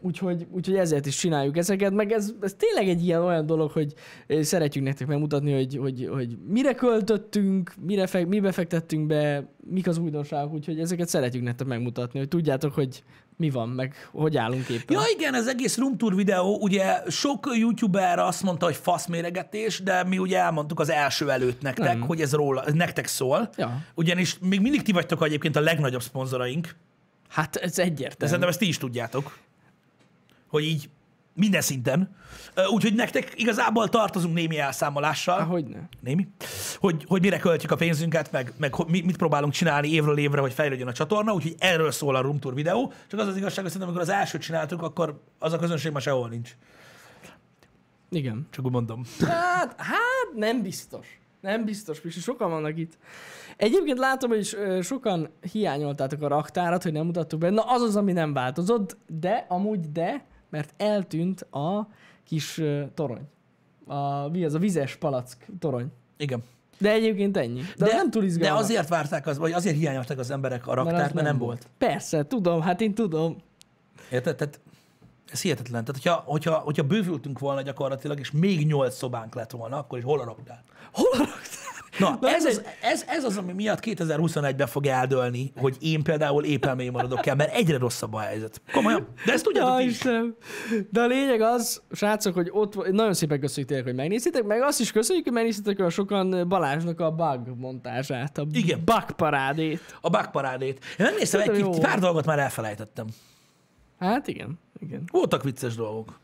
Speaker 2: úgyhogy, úgyhogy ezért is csináljuk ezeket, meg ez, ez tényleg egy ilyen olyan dolog, hogy ö, szeretjük nektek megmutatni, hogy, hogy, hogy mire költöttünk, mire fe, mibe fektettünk be, mik az újdonságok, úgyhogy ezeket szeretjük nektek megmutatni, hogy tudjátok, hogy mi van, meg hogy állunk éppen.
Speaker 1: Ja igen, az egész Room Tour videó, ugye sok youtuber azt mondta, hogy faszméregetés, de mi ugye elmondtuk az első előtt nektek,
Speaker 2: Nem.
Speaker 1: hogy ez róla, ez nektek szól.
Speaker 2: Ja.
Speaker 1: Ugyanis még mindig ti vagytok egyébként a legnagyobb szponzoraink, de
Speaker 2: Hát ez
Speaker 1: nem.
Speaker 2: egyértelmű.
Speaker 1: szerintem ezt ti is tudjátok, hogy így minden szinten. Ö, Úgyhogy nektek igazából tartozunk némi elszámolással.
Speaker 2: Há, hogy ne.
Speaker 1: némi, hogy, hogy mire költjük a pénzünket, meg, meg ho- mi- mit próbálunk csinálni évről évre, hogy fejlődjön a csatorna, úgyhogy erről szól a Room Tour videó, csak az az igazság, hogy szerintem amikor az elsőt csináltuk, akkor az a közönség ma sehol nincs.
Speaker 2: Igen.
Speaker 1: Csak úgy mondom.
Speaker 2: Hát, hát nem biztos. Nem biztos, Pisti, sokan vannak itt. Egyébként látom, hogy ö, sokan hiányoltátok a raktárat, hogy nem mutattuk be. Na az az, ami nem változott, de amúgy de, mert eltűnt a kis ö, torony. A, mi az? A vizes palack torony.
Speaker 1: Igen.
Speaker 2: De egyébként ennyi. De, de nem túl
Speaker 1: de
Speaker 2: izgalmas.
Speaker 1: azért várták, az, vagy azért hiányolták az emberek a
Speaker 2: az
Speaker 1: raktárt, mert, nem volt.
Speaker 2: Persze, tudom, hát én tudom.
Speaker 1: Érted? Tehát ez hihetetlen. Tehát hogyha, hogyha, hogyha bővültünk volna gyakorlatilag, és még nyolc szobánk lett volna, akkor is hol a raktár?
Speaker 2: Hol a raktár?
Speaker 1: Na,
Speaker 2: Na,
Speaker 1: ez,
Speaker 2: ez
Speaker 1: az, ez, ez az, ami miatt 2021-ben fog eldőlni, hogy én például épelmély maradok el, mert egyre rosszabb a helyzet. Komolyan. De ezt tudjátok
Speaker 2: Ja,
Speaker 1: ti is.
Speaker 2: Istenem. De a lényeg az, srácok, hogy ott vo- nagyon szépen köszönjük tényleg, hogy megnéztétek, meg azt is köszönjük, hogy megnéztétek olyan sokan Balázsnak a bug montázsát, a
Speaker 1: Igen.
Speaker 2: bug parádét.
Speaker 1: A bugparádét. Én nem néztem egy
Speaker 2: Nagyon
Speaker 1: jó.
Speaker 2: jó.
Speaker 1: pár dolgot már elfelejtettem.
Speaker 2: Hát igen, igen.
Speaker 1: Voltak vicces dolgok.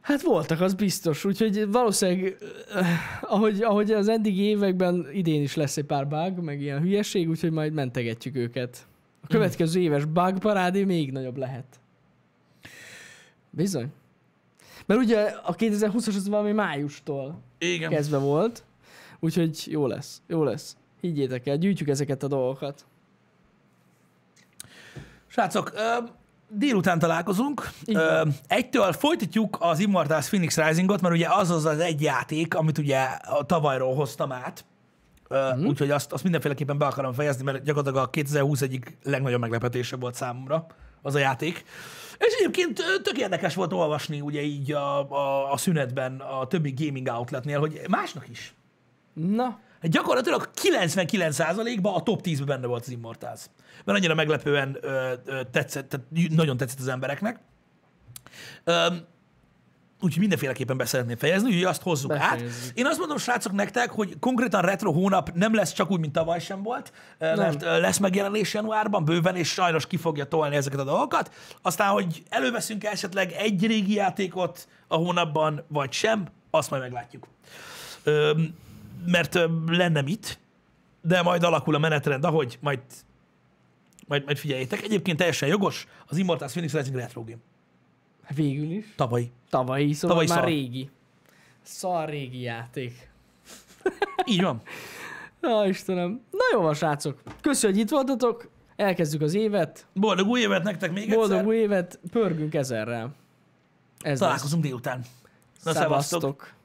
Speaker 2: Hát voltak, az biztos, úgyhogy valószínűleg, eh, ahogy, ahogy az eddigi években idén is lesz egy pár bug, meg ilyen hülyeség, úgyhogy majd mentegetjük őket. A következő éves bug parádé még nagyobb lehet. Bizony. Mert ugye a 2020-as az valami májustól
Speaker 1: Igen.
Speaker 2: kezdve volt. Úgyhogy jó lesz, jó lesz. Higgyétek el, gyűjtjük ezeket a dolgokat.
Speaker 1: Srácok, ö, délután találkozunk.
Speaker 2: Így
Speaker 1: Ö, Egytől folytatjuk az Immortals Phoenix Risingot, mert ugye az az az egy játék, amit ugye a tavalyról hoztam át. Mm. Úgyhogy azt, azt mindenféleképpen be akarom fejezni, mert gyakorlatilag a 2020 egyik legnagyobb meglepetése volt számomra az a játék. És egyébként ö, tök érdekes volt olvasni ugye így a, a, a szünetben a többi gaming outletnél, hogy másnak is.
Speaker 2: Na,
Speaker 1: Gyakorlatilag 99%-ban a top 10-ben benne volt az Immortals. Mert annyira meglepően ö, ö, tetszett, tehát nagyon tetszett az embereknek. Öm, úgyhogy mindenféleképpen beszeretném fejezni, úgyhogy azt hozzuk át.
Speaker 2: Befejezzük.
Speaker 1: Én azt mondom, srácok, nektek, hogy konkrétan retro hónap nem lesz csak úgy, mint tavaly sem volt, nem. mert ö, lesz megjelenés januárban bőven, és sajnos ki fogja tolni ezeket a dolgokat. Aztán, hogy előveszünk esetleg egy régi játékot a hónapban, vagy sem, azt majd meglátjuk. Öm, mert ö, lenne mit, de majd alakul a menetrend, ahogy majd, majd, majd figyeljétek. Egyébként teljesen jogos, az Immortals Phoenix Rising retro game.
Speaker 2: Végül is.
Speaker 1: Tavalyi.
Speaker 2: Tavalyi, szóval
Speaker 1: Tavalyi
Speaker 2: Tavalyi már
Speaker 1: szar.
Speaker 2: szar. régi. Szar régi játék.
Speaker 1: Így van.
Speaker 2: Ja, Istenem. Na jó van, srácok. Köszi, hogy itt voltatok. Elkezdjük az évet.
Speaker 1: Boldog új évet nektek még egyszer.
Speaker 2: Boldog új évet. Pörgünk ezerrel. Ez lesz.
Speaker 1: Találkozunk délután. Na, szevasztok.
Speaker 2: Szevasztok.